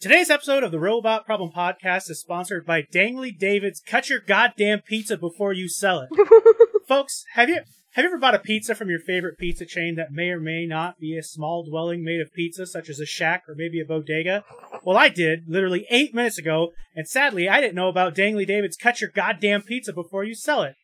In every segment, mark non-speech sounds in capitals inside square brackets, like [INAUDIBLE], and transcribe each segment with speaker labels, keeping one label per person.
Speaker 1: Today's episode of the Robot Problem Podcast is sponsored by Dangly David's Cut Your Goddamn Pizza Before You Sell It. Folks, have you have you ever bought a pizza from your favorite pizza chain that may or may not be a small dwelling made of pizza, such as a shack or maybe a bodega? Well, I did, literally eight minutes ago, and sadly, I didn't know about Dangly David's Cut Your Goddamn Pizza Before You Sell It.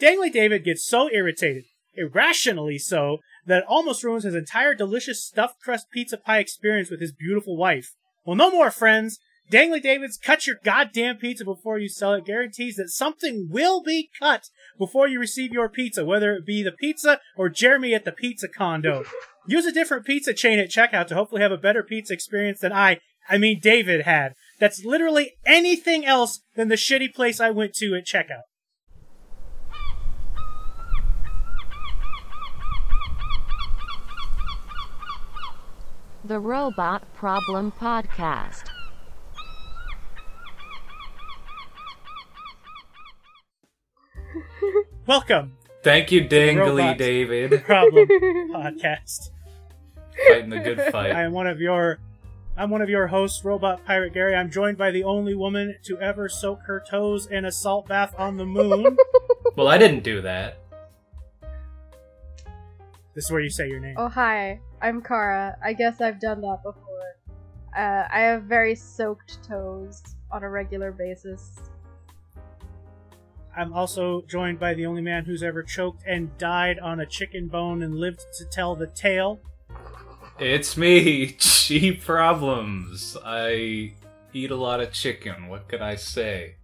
Speaker 1: Dangly David gets so irritated, irrationally so, that it almost ruins his entire delicious stuffed crust pizza pie experience with his beautiful wife. Well, no more, friends. Dangly David's Cut Your Goddamn Pizza Before You Sell It guarantees that something will be cut before you receive your pizza, whether it be the pizza or Jeremy at the pizza condo. Use a different pizza chain at checkout to hopefully have a better pizza experience than I, I mean David, had. That's literally anything else than the shitty place I went to at checkout.
Speaker 2: The Robot Problem Podcast.
Speaker 1: Welcome,
Speaker 3: Thank you, Dangly
Speaker 1: Robots.
Speaker 3: David.
Speaker 1: Problem Podcast.
Speaker 3: Fighting
Speaker 1: [LAUGHS]
Speaker 3: the good
Speaker 1: I
Speaker 3: fight.
Speaker 1: am one of your I'm one of your hosts, Robot Pirate Gary. I'm joined by the only woman to ever soak her toes in a salt bath on the moon.
Speaker 3: Well, I didn't do that.
Speaker 1: this is where you say your name.
Speaker 4: Oh, hi. I'm Kara. I guess I've done that before. Uh, I have very soaked toes on a regular basis.
Speaker 1: I'm also joined by the only man who's ever choked and died on a chicken bone and lived to tell the tale.
Speaker 3: It's me, [LAUGHS] Chi Problems. I eat a lot of chicken. What could I say?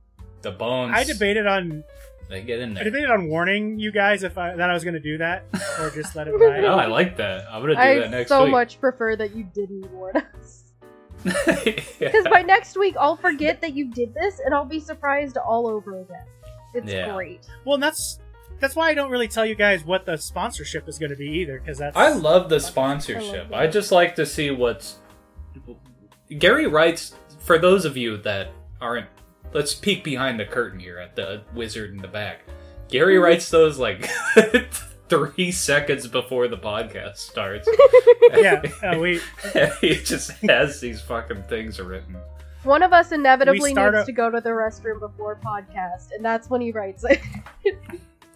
Speaker 3: The bones.
Speaker 1: I debated on
Speaker 3: They get in
Speaker 1: I
Speaker 3: there.
Speaker 1: debated on warning you guys if I, that I was going to do that or just let it
Speaker 3: No,
Speaker 1: ride.
Speaker 3: Oh, I like that. I'm gonna do that
Speaker 4: I
Speaker 3: next
Speaker 4: so
Speaker 3: week. [LAUGHS]
Speaker 4: much prefer that you didn't warn us. [LAUGHS]
Speaker 3: Yeah.
Speaker 4: Because by next week, I'll forget that you did this and I'll be surprised all over again. It's
Speaker 3: Yeah.
Speaker 4: great.
Speaker 1: Well, and that's that's why I don't really tell you guys what the sponsorship is going to be either because that's
Speaker 3: I love the sponsorship. I just like to see what's. Gary writes for those of you that aren't. Let's peek behind the curtain here at the wizard in the back. Gary writes those like [LAUGHS] three seconds before the podcast starts. [LAUGHS]
Speaker 1: yeah, uh, we
Speaker 3: he just has these fucking things written.
Speaker 4: One of us inevitably
Speaker 1: start
Speaker 4: needs
Speaker 1: a-
Speaker 4: to go to the restroom before podcast, and that's when he writes it. [LAUGHS]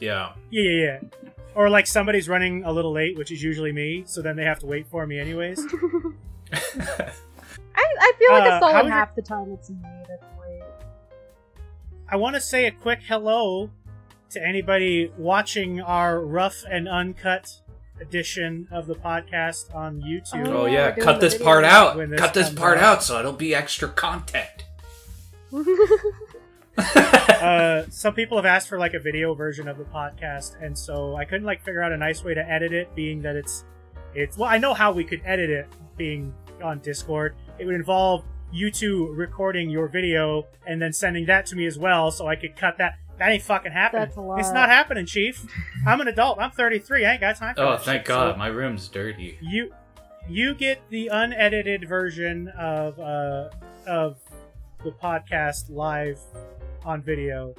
Speaker 3: Yeah.
Speaker 1: Yeah, yeah, yeah. Or like somebody's running a little late, which is usually me, so then they have to wait for me anyways.
Speaker 4: I, I feel like
Speaker 1: Uh,
Speaker 4: a
Speaker 1: how
Speaker 4: solid
Speaker 1: would
Speaker 4: half the time it's me that's late.
Speaker 1: I want to say a quick hello to anybody watching our rough and uncut edition of the podcast on YouTube.
Speaker 3: Oh
Speaker 4: Oh,
Speaker 3: yeah,
Speaker 4: we're doing
Speaker 3: cut
Speaker 4: the
Speaker 3: this
Speaker 4: video
Speaker 3: part out.
Speaker 1: when this
Speaker 3: Cut this
Speaker 1: comes
Speaker 3: part
Speaker 1: out.
Speaker 3: out so it'll be extra content.
Speaker 1: Uh, some people have asked for like a video version of the podcast, and so I couldn't like figure out a nice way to edit it, being that it's it's well, I know how we could edit it being on Discord. It would involve you two recording your video and then sending that to me as well, so I could cut that. That ain't fucking happening.
Speaker 4: That's a lot.
Speaker 1: It's not happening, Chief. I'm an adult. I'm 33. I ain't got time for
Speaker 3: oh,
Speaker 1: that
Speaker 3: thank
Speaker 1: shit.
Speaker 3: God,
Speaker 1: So
Speaker 3: my room's dirty.
Speaker 1: you you get the unedited version of uh of the podcast live on video,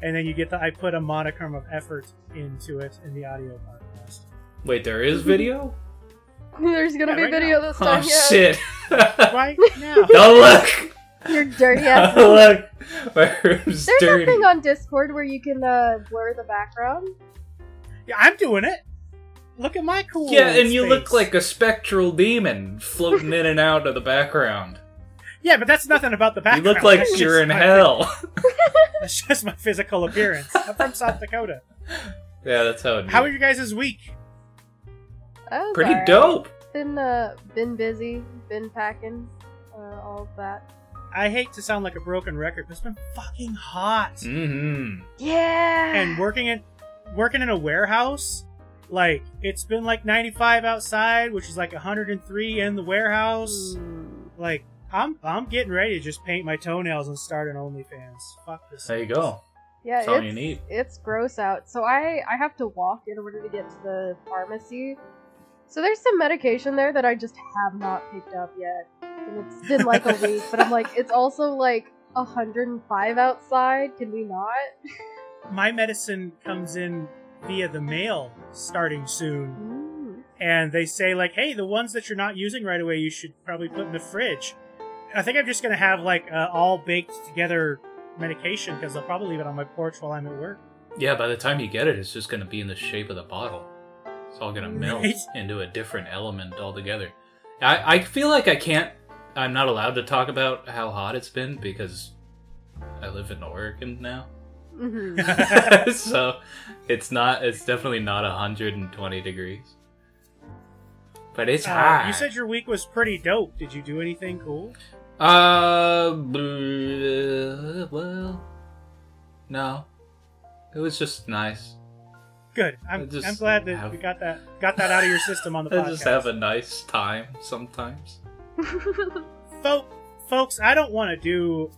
Speaker 1: and then you get the I put a monochrome of effort into it in the audio podcast.
Speaker 3: [LAUGHS] Wait, there is video?
Speaker 4: [LAUGHS] There's gonna
Speaker 1: Yeah,
Speaker 4: be
Speaker 1: right
Speaker 4: video this time.
Speaker 3: Oh
Speaker 4: yeah.
Speaker 3: shit! [LAUGHS]
Speaker 1: Right now.
Speaker 3: Don't look! [LAUGHS]
Speaker 4: Your dirty ass.
Speaker 3: Don't look! My room's
Speaker 4: There's
Speaker 3: dirty.
Speaker 4: a thing on Discord where you can uh, blur the background.
Speaker 1: Yeah, I'm doing it. Look at my cool.
Speaker 3: yeah, and you look
Speaker 1: face.
Speaker 3: like a spectral demon floating in and out of the background.
Speaker 1: Yeah, but that's nothing about the background.
Speaker 3: You look like
Speaker 1: That's just
Speaker 3: you're in
Speaker 1: my-
Speaker 3: hell.
Speaker 1: [LAUGHS]
Speaker 3: [LAUGHS]
Speaker 1: That's just my physical appearance. I'm from South Dakota.
Speaker 3: yeah, that's how it.
Speaker 1: How are
Speaker 3: is.
Speaker 1: you guys this week?
Speaker 4: That was
Speaker 3: Pretty
Speaker 4: alright.
Speaker 3: dope.
Speaker 4: Been uh, been busy, been packing, uh, all of that.
Speaker 1: I hate to sound like a broken record, but it's been fucking hot.
Speaker 3: Mm-hmm.
Speaker 4: Yeah. [SIGHS]
Speaker 1: And working in working in a warehouse, like it's been like 95 outside, which is like 103 in the warehouse.
Speaker 4: Mm.
Speaker 1: Like I'm I'm getting ready to just paint my toenails and start an OnlyFans. Fuck this.
Speaker 3: There you go.
Speaker 4: Yeah,
Speaker 3: That's all
Speaker 4: it's,
Speaker 3: you need.
Speaker 4: it's gross out. So I I have to walk in order to get to the pharmacy. So there's some medication there that I just have not picked up yet. And it's been like a week, but I'm like, it's also like 105 outside. Can we not?
Speaker 1: My medicine comes in via the mail starting soon.
Speaker 4: Mm.
Speaker 1: and they say like hey the ones that you're not using right away you should probably put in the fridge I think I'm just gonna have like uh, all baked together medication because I'll probably leave it on my porch while I'm at work.
Speaker 3: Yeah, by the time you get it, it's just going to be in the shape of the bottle. It's all going to melt
Speaker 1: Right.
Speaker 3: into a different element altogether. I, I feel like I can't, I'm not allowed to talk about how hot it's been because I live in Oregon now.
Speaker 4: hmm
Speaker 3: [LAUGHS] so it's not, it's definitely not 120 degrees. But it's
Speaker 1: Uh,
Speaker 3: hot.
Speaker 1: you said your week was pretty dope. Did you do anything cool?
Speaker 3: Uh, bl- well, no. It was just nice.
Speaker 1: Good.
Speaker 3: I
Speaker 1: I'm,
Speaker 3: just
Speaker 1: I'm glad that
Speaker 3: have-
Speaker 1: we got that got that out of your system on the
Speaker 3: [LAUGHS] I
Speaker 1: podcast.
Speaker 3: just have a nice time sometimes.
Speaker 1: Fol- folks, I don't want to do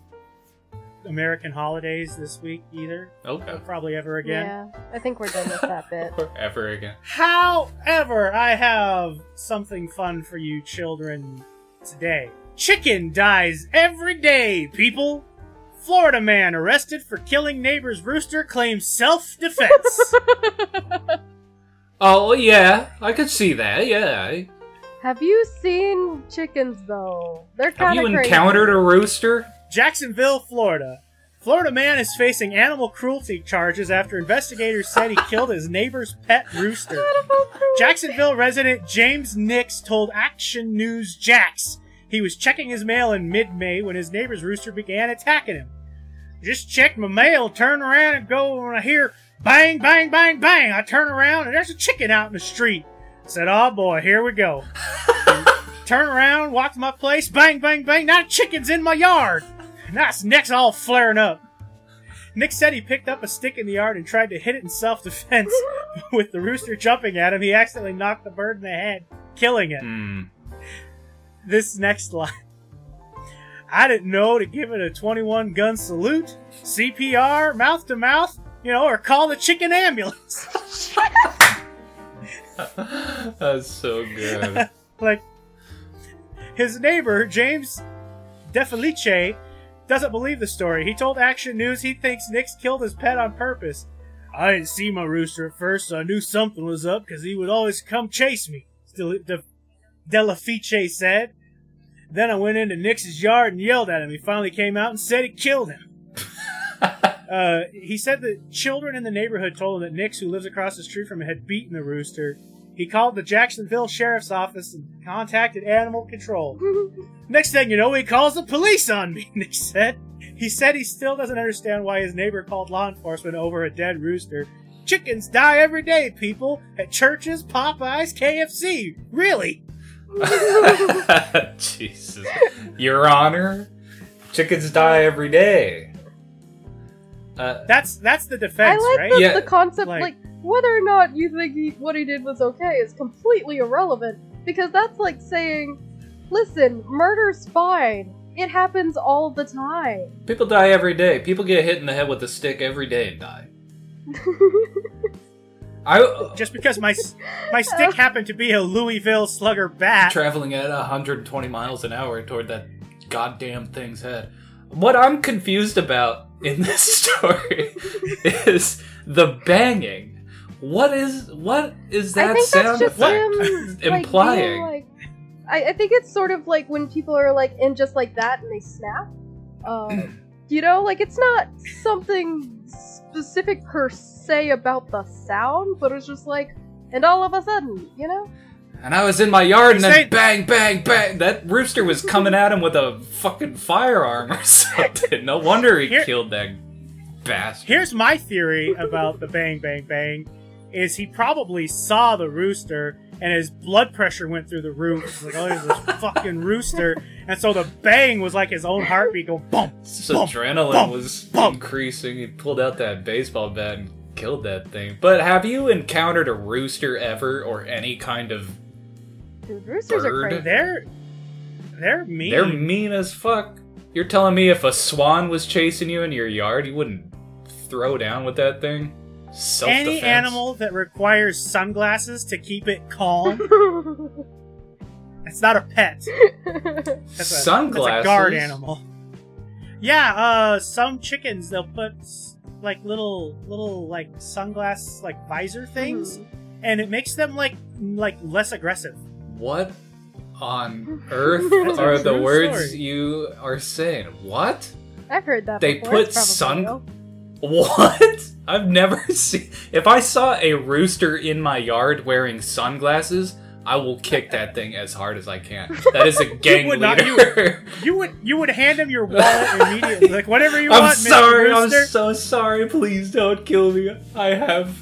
Speaker 1: American holidays this week either.
Speaker 3: Okay.
Speaker 1: Or probably ever again.
Speaker 4: Yeah, I think we're done with that bit.
Speaker 3: Or ever again.
Speaker 1: However, I have something fun for you children today. Chicken dies every day, people. Florida man arrested for killing neighbor's rooster claims
Speaker 3: [LAUGHS]
Speaker 1: self-defense.
Speaker 3: Oh yeah, I could see that. Yeah.
Speaker 4: Have you seen chickens though? They're
Speaker 3: Have
Speaker 4: kind
Speaker 3: you
Speaker 4: of crazy.
Speaker 3: encountered a rooster?
Speaker 1: Jacksonville, Florida. Florida man is facing animal cruelty charges after investigators said he killed his neighbor's pet rooster. Jacksonville resident James Nix told Action News Jax he was checking his mail in mid May when his neighbor's rooster began attacking him. Just checked my mail, turn around and go, and I hear bang, bang, bang, bang. I turn around and there's a chicken out in the street. Said, oh boy, here we go. turn around, walk to my place, bang, bang, bang. Now the chicken's in my yard. Now its neck's all flaring up. Nick said he picked up a stick in the yard and tried to hit it in self defense. [LAUGHS] With the rooster jumping at him, he accidentally knocked the bird in the head, killing it.
Speaker 3: Hmm. [LAUGHS]
Speaker 1: This next line I didn't know to give it a 21 gun salute, CPR, mouth to mouth, you know, or call the chicken ambulance. [LAUGHS]
Speaker 3: That's so good.
Speaker 1: like, his neighbor, James DeFelice, doesn't believe the story. He told Action News he thinks Nick's killed his pet on purpose. I didn't see my rooster at first, so I knew something was up because he would always come chase me, Still, De- Delafiche said. Then I went into Nick's yard and yelled at him. He finally came out and said he killed him. uh, he said that children in the neighborhood told him that Nix, who lives across the street from him, had beaten the rooster. He called the Jacksonville Sheriff's Office and contacted Animal
Speaker 4: [LAUGHS]
Speaker 1: Control. Next thing you know, he calls the police on me, [LAUGHS] Nick said. He said he still doesn't understand why his neighbor called law enforcement over a dead rooster. Chickens die every day, people. At churches, Popeyes, KFC. Really?
Speaker 3: [LAUGHS] Jesus, Your Honor, chickens die every day. Uh,
Speaker 1: That's that's the
Speaker 4: I
Speaker 1: defense,
Speaker 4: like
Speaker 1: right?
Speaker 4: the,
Speaker 3: Yeah,
Speaker 4: the concept,
Speaker 1: like-
Speaker 4: like, whether or not you think he, what he did was okay is completely irrelevant because that's like saying, listen, murder's fine. It happens all the time. [LAUGHS]
Speaker 3: people die every day. People get hit in the head with a stick every day and die. I uh,
Speaker 1: Just because my s- my
Speaker 4: [LAUGHS]
Speaker 1: stick happened to be a Louisville Slugger bat.
Speaker 3: traveling at 120 miles an hour toward that goddamn thing's head. What I'm confused about in [LAUGHS] this story is the banging. What is what is that
Speaker 4: I think
Speaker 3: sound [LAUGHS]
Speaker 4: that's just
Speaker 3: effect
Speaker 4: him like,
Speaker 3: implying?
Speaker 4: being, like, I, I think it's sort of like when people are like in just like that and they snap.
Speaker 3: [CLEARS THROAT]
Speaker 4: Um, you know, like it's not something specific per se about the sound, but it's just like, and all of a sudden, you know.
Speaker 3: and I was in my yard and
Speaker 1: You
Speaker 3: then
Speaker 1: say-
Speaker 3: bang bang bang that rooster was coming at him with a fucking firearm or [LAUGHS] something. No wonder he
Speaker 1: Here-
Speaker 3: killed that bastard.
Speaker 1: Here's my theory about the bang bang bang is he probably saw the rooster and his blood pressure went through the roof. He's like, oh, there's this fucking rooster. And so the bang was like his own heartbeat go bump.
Speaker 3: His
Speaker 1: bump,
Speaker 3: adrenaline
Speaker 1: bump,
Speaker 3: was
Speaker 1: bump.
Speaker 3: increasing. He pulled out that baseball bat and killed that thing. But have you encountered a rooster ever or any kind of.
Speaker 4: Dude, roosters
Speaker 3: Bird.
Speaker 4: are crazy.
Speaker 1: They're they're mean.
Speaker 3: They're mean as fuck. You're telling me if a swan was chasing you in your yard, you wouldn't throw down with that thing? Self
Speaker 1: Any animal that requires sunglasses to keep it calm, it's not a pet. That's a,
Speaker 3: Sunglasses.
Speaker 1: That's a guard animal. Yeah, uh, some chickens they'll put like little little like sunglass like visor things, and it makes them like like less aggressive.
Speaker 3: What
Speaker 1: [LAUGHS]
Speaker 3: on earth
Speaker 4: That's
Speaker 1: a
Speaker 3: are the
Speaker 1: true
Speaker 3: words
Speaker 1: story.
Speaker 3: you are saying? What?
Speaker 4: I've heard that.
Speaker 3: They
Speaker 4: before. It's
Speaker 3: put sun-
Speaker 4: probably real.
Speaker 3: What? [LAUGHS] I've never seen. If I saw a rooster in my yard wearing sunglasses, I will kick that thing as hard as I can. That is a gang
Speaker 1: would not- [LAUGHS] you-
Speaker 3: leader.
Speaker 1: You would you would hand him your
Speaker 3: [LAUGHS]
Speaker 1: wallet immediately, like whatever you
Speaker 3: I'm
Speaker 1: want. Mr.
Speaker 3: sorry. I'm
Speaker 1: Rooster.
Speaker 3: so sorry. Please don't kill me. I have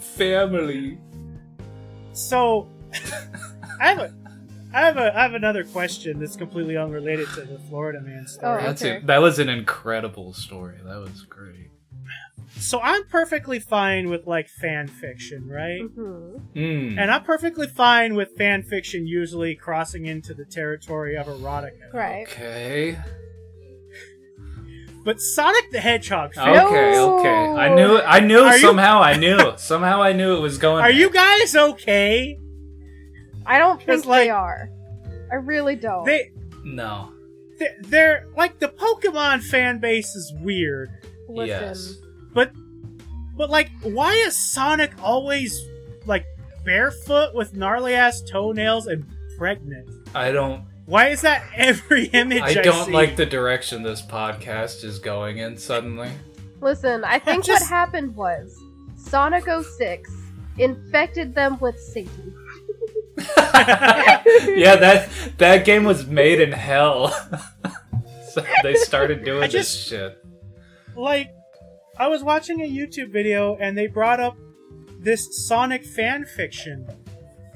Speaker 3: family.
Speaker 1: So, I have a, I have a, I have another question that's completely unrelated to the Florida man story.
Speaker 4: Oh.
Speaker 3: That's
Speaker 4: okay.
Speaker 3: it. That was an incredible story. That was great.
Speaker 1: So I'm perfectly fine with like fan fiction, right?
Speaker 4: Mhm.
Speaker 3: Mm.
Speaker 1: And I'm perfectly fine with fan fiction usually crossing into the territory of erotica.
Speaker 4: Right.
Speaker 3: Okay.
Speaker 1: But Sonic the Hedgehog,
Speaker 3: Oh,
Speaker 1: fan-
Speaker 4: No.
Speaker 3: Okay. Okay. I knew. it- I knew.
Speaker 1: Are you-
Speaker 3: somehow. I knew. somehow. I knew it was going.
Speaker 1: are you guys okay?
Speaker 4: I don't think
Speaker 1: It's like-
Speaker 4: they are. I really don't.
Speaker 1: They
Speaker 3: No.
Speaker 1: they're, they're like the Pokemon fan base is weird,
Speaker 4: Listen.
Speaker 3: Yes.
Speaker 1: but but like why is Sonic always like barefoot with gnarly ass toenails and pregnant?
Speaker 3: I don't.
Speaker 1: Why is that every image I,
Speaker 3: I don't
Speaker 1: see?
Speaker 3: like the direction this podcast is going in suddenly. [LAUGHS]
Speaker 4: Listen, I think
Speaker 1: just-
Speaker 4: what happened was Sonic 06 infected them with Satan.
Speaker 3: yeah, that that game was made in hell. [LAUGHS] so they started doing
Speaker 1: I
Speaker 3: this
Speaker 1: just-
Speaker 3: shit.
Speaker 1: like I was watching a YouTube video and they brought up this Sonic fan fiction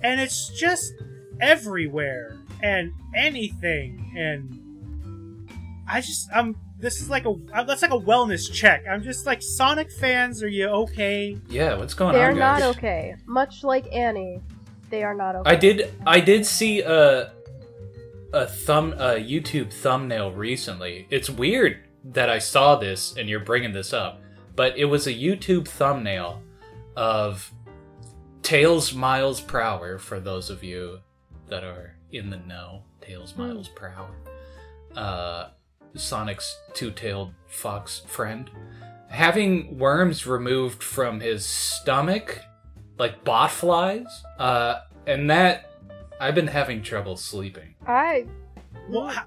Speaker 1: and it's just everywhere and anything and I just I'm this is like a uh, that's like a wellness check. I'm just like Sonic fans, are you okay?
Speaker 3: Yeah, what's going
Speaker 4: They're
Speaker 3: on,
Speaker 4: not
Speaker 3: guys?
Speaker 4: okay. Much like Annie, they are not okay.
Speaker 3: I did I did see a a thumb a YouTube thumbnail recently. It's weird that I saw this and you're bringing this up, but it was a YouTube thumbnail of Tails Miles Per Hour for those of you that are in the know. Tails
Speaker 4: Hmm.
Speaker 3: Miles Per Hour. Uh, Sonic's two-tailed fox friend having worms removed from his stomach like bot flies uh and that i've been having trouble sleeping
Speaker 4: I
Speaker 1: Well, how,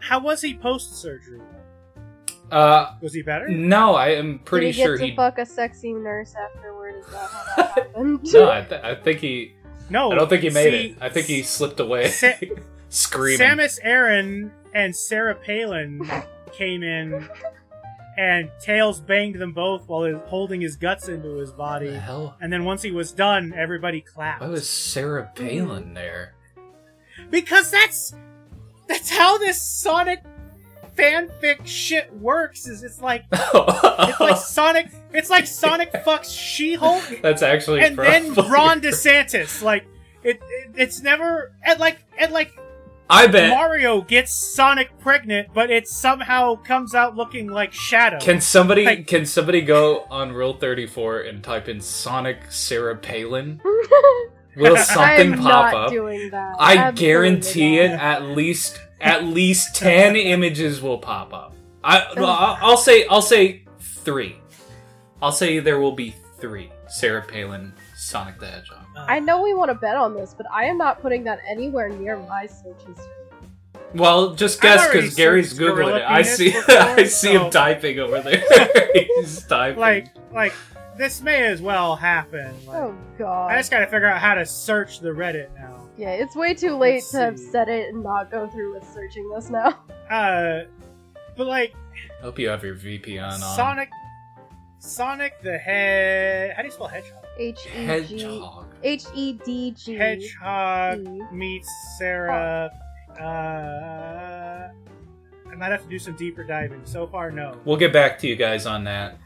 Speaker 1: how was he post surgery?
Speaker 3: uh
Speaker 1: Was he better?
Speaker 3: no i am pretty
Speaker 4: did he get
Speaker 3: sure
Speaker 4: to
Speaker 3: he
Speaker 4: fuck a sexy nurse afterward. Is that how
Speaker 3: [LAUGHS]
Speaker 4: that happened?
Speaker 3: no I, th- I think he
Speaker 1: No.
Speaker 3: i don't think he made
Speaker 1: Oh, see,
Speaker 3: it i think he slipped away
Speaker 1: Sa-
Speaker 3: [LAUGHS] screaming
Speaker 1: Samus Aran and Sarah Palin came in, and Tails banged them both while he was holding his guts into his
Speaker 3: What the
Speaker 1: body.
Speaker 3: hell
Speaker 1: And then once he was done, everybody clapped.
Speaker 3: why was sarah
Speaker 1: Mm.
Speaker 3: palin there [LAUGHS]
Speaker 1: Because that's that's how this Sonic fanfic shit works. Is it's like it's
Speaker 3: [LAUGHS] Oh.
Speaker 1: like Sonic it's like Sonic fucks She-Hulk
Speaker 3: that's actually
Speaker 1: and
Speaker 3: [LAUGHS]
Speaker 1: then
Speaker 3: probably-
Speaker 1: Ron DeSantis. Like it, it it's never and like and like
Speaker 3: i bet
Speaker 1: Mario gets Sonic pregnant, but it somehow comes out looking like Shadow.
Speaker 3: Can somebody
Speaker 1: Like-
Speaker 3: can somebody go on Rule Thirty Four and type in Sonic Sarah
Speaker 4: [LAUGHS]
Speaker 3: Palin? Will something
Speaker 4: I am
Speaker 3: pop
Speaker 4: not
Speaker 3: up?
Speaker 4: doing that.
Speaker 3: I
Speaker 4: Absolutely
Speaker 3: guarantee it.
Speaker 4: not.
Speaker 3: At least
Speaker 1: [LAUGHS]
Speaker 3: at least ten images will pop up. I well, I'll I'll say I'll say three. I'll say there will be three Sarah Palin Sonic the Hedgehog.
Speaker 4: I know we want to bet on this, but I am not putting that anywhere near my search history.
Speaker 3: Well, just
Speaker 1: I've
Speaker 3: guess
Speaker 1: already
Speaker 3: because Gary's
Speaker 1: searched
Speaker 3: googling
Speaker 1: gorilla
Speaker 3: it. I
Speaker 1: penis
Speaker 3: see [LAUGHS]
Speaker 1: before,
Speaker 3: I see
Speaker 1: so-
Speaker 3: him typing
Speaker 1: [LAUGHS]
Speaker 3: over there. He's typing.
Speaker 1: like like this may as well happen. Like,
Speaker 4: Oh god.
Speaker 1: I just gotta figure out how to search the Reddit now.
Speaker 4: Yeah, it's way too late
Speaker 1: Let's
Speaker 4: to have
Speaker 1: see.
Speaker 4: said it and not go through with searching this now. [LAUGHS]
Speaker 1: Uh, but like
Speaker 3: hope you have your VPN on.
Speaker 1: Sonic, Sonic the Head. How do you spell hedgehog?
Speaker 4: H E G
Speaker 3: Hedgehog.
Speaker 4: H E D G.
Speaker 1: Hedgehog
Speaker 4: E.
Speaker 1: meets Sarah. Uh, I might have to do some deeper diving. So far, no.
Speaker 3: We'll get back to you guys on that.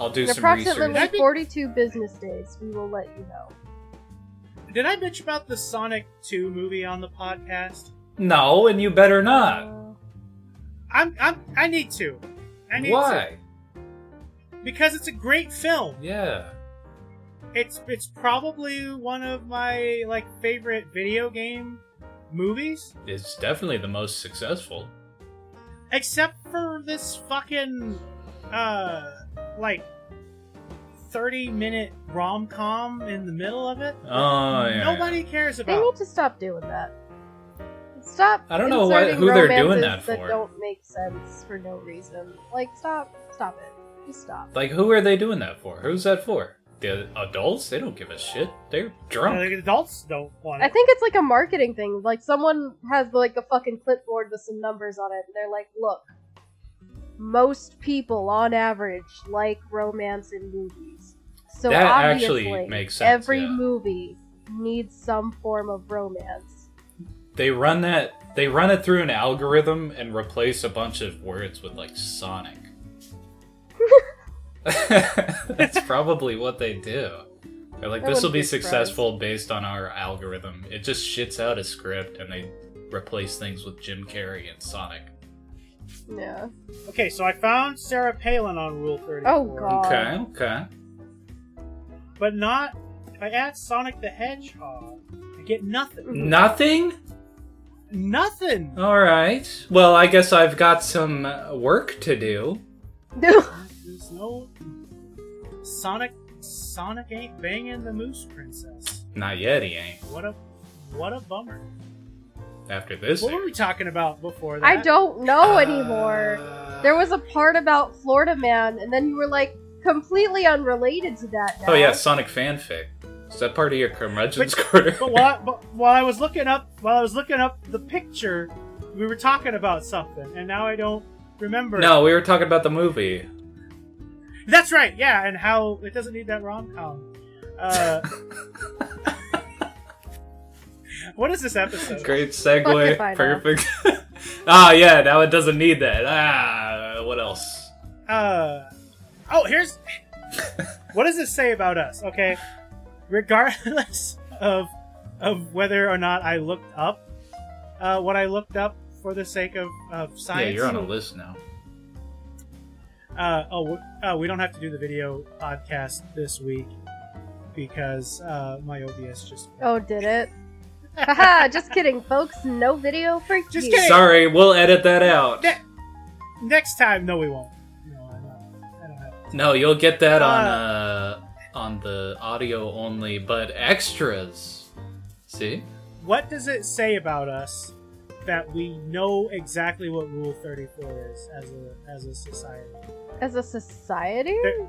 Speaker 3: I'll do
Speaker 4: In
Speaker 3: some
Speaker 4: approximately
Speaker 3: research.
Speaker 1: That'd be-
Speaker 4: 42 business days, we will let you know.
Speaker 1: Did I bitch about the Sonic Two movie on the podcast?
Speaker 3: No, and you better not.
Speaker 4: Uh,
Speaker 1: I'm, I'm, I need to. I need to.
Speaker 3: Why?
Speaker 1: Because it's a great film.
Speaker 3: Yeah.
Speaker 1: It's it's probably one of my like favorite video game movies,
Speaker 3: It's definitely the most successful.
Speaker 1: except for this fucking uh like thirty minute rom com in the middle of it.
Speaker 3: Oh yeah.
Speaker 1: Nobody cares
Speaker 4: They
Speaker 1: about.
Speaker 4: need to stop doing that. Stop.
Speaker 3: I don't know why-
Speaker 4: inserting
Speaker 3: who they're doing
Speaker 4: romances
Speaker 3: that for.
Speaker 4: don't make sense for no reason. Like stop, stop it. Just stop.
Speaker 3: Like, who are they doing that for? Who's that for? The adults? They don't give a shit. They're drunk.
Speaker 1: Like, adults don't want
Speaker 4: I
Speaker 1: it.
Speaker 4: think it's like a marketing thing. Like someone has like a fucking clipboard with some numbers on it, and they're like, "Look, most people on average like romance in movies, so
Speaker 3: That
Speaker 4: obviously
Speaker 3: actually makes sense,
Speaker 4: every
Speaker 3: yeah.
Speaker 4: movie needs some form of romance."
Speaker 3: They run that. They run it through an algorithm and replace a bunch of words with like
Speaker 4: [LAUGHS]
Speaker 3: Sonic. That's probably what they do. They're like,
Speaker 4: I
Speaker 3: this will
Speaker 4: wouldn't
Speaker 3: be
Speaker 4: be surprised.
Speaker 3: successful based on our algorithm. It just shits out a script and they replace things with Jim Carrey and Sonic.
Speaker 4: [LAUGHS] Yeah.
Speaker 1: Okay, so I found Sarah Palin on Rule Thirty.
Speaker 4: Oh, God.
Speaker 3: Okay, okay.
Speaker 1: But not. If I add Sonic the Hedgehog, I get nothing.
Speaker 4: Mm-hmm.
Speaker 3: Nothing?
Speaker 1: Nothing.
Speaker 3: All right. Well, I guess I've got some uh, work to do.
Speaker 1: There's no Sonic. Sonic ain't banging the Moose Princess.
Speaker 3: Not yet, he ain't.
Speaker 1: What a what a bummer.
Speaker 3: After this,
Speaker 1: What were we talking about before that?
Speaker 4: I don't know anymore.
Speaker 3: Uh,
Speaker 4: There was a part about Florida Man, and then you were like completely unrelated to that. Now.
Speaker 3: Oh yeah, Sonic fanfic. Is that part of your curmudgeon's
Speaker 1: But-
Speaker 3: quarter?
Speaker 1: But while, I, but while I was looking up while I was looking up the picture, we were talking about something, and now I don't remember.
Speaker 3: [LAUGHS] no, we were talking about the movie.
Speaker 1: that's right. Yeah, and how it doesn't need that rom com. Uh, what is this episode?
Speaker 3: Great
Speaker 4: Fuck if
Speaker 3: segue.
Speaker 4: I know.
Speaker 3: Perfect. [LAUGHS] ah, yeah. Now it doesn't need that. Ah, what else?
Speaker 1: Uh, oh, here's [LAUGHS] what does this say about us? Okay, regardless of of whether or not I looked up uh, what I looked up for the sake of, of science.
Speaker 3: Yeah, you're on a list now.
Speaker 1: uh, oh, uh, we don't have to do the video podcast this week because uh, my OBS just.
Speaker 4: Oh, did it? [LAUGHS] Haha, just kidding, folks. No video for
Speaker 1: Just
Speaker 4: you.
Speaker 1: kidding.
Speaker 3: Sorry, we'll edit that out.
Speaker 1: Ne- next time, no, we won't. No, I'm not. I don't have.
Speaker 3: No, you'll get that on uh on the audio only, but extras. See?
Speaker 1: What does it say about us that we know exactly what Rule Thirty Four is as a as a society?
Speaker 4: As a society?
Speaker 1: There-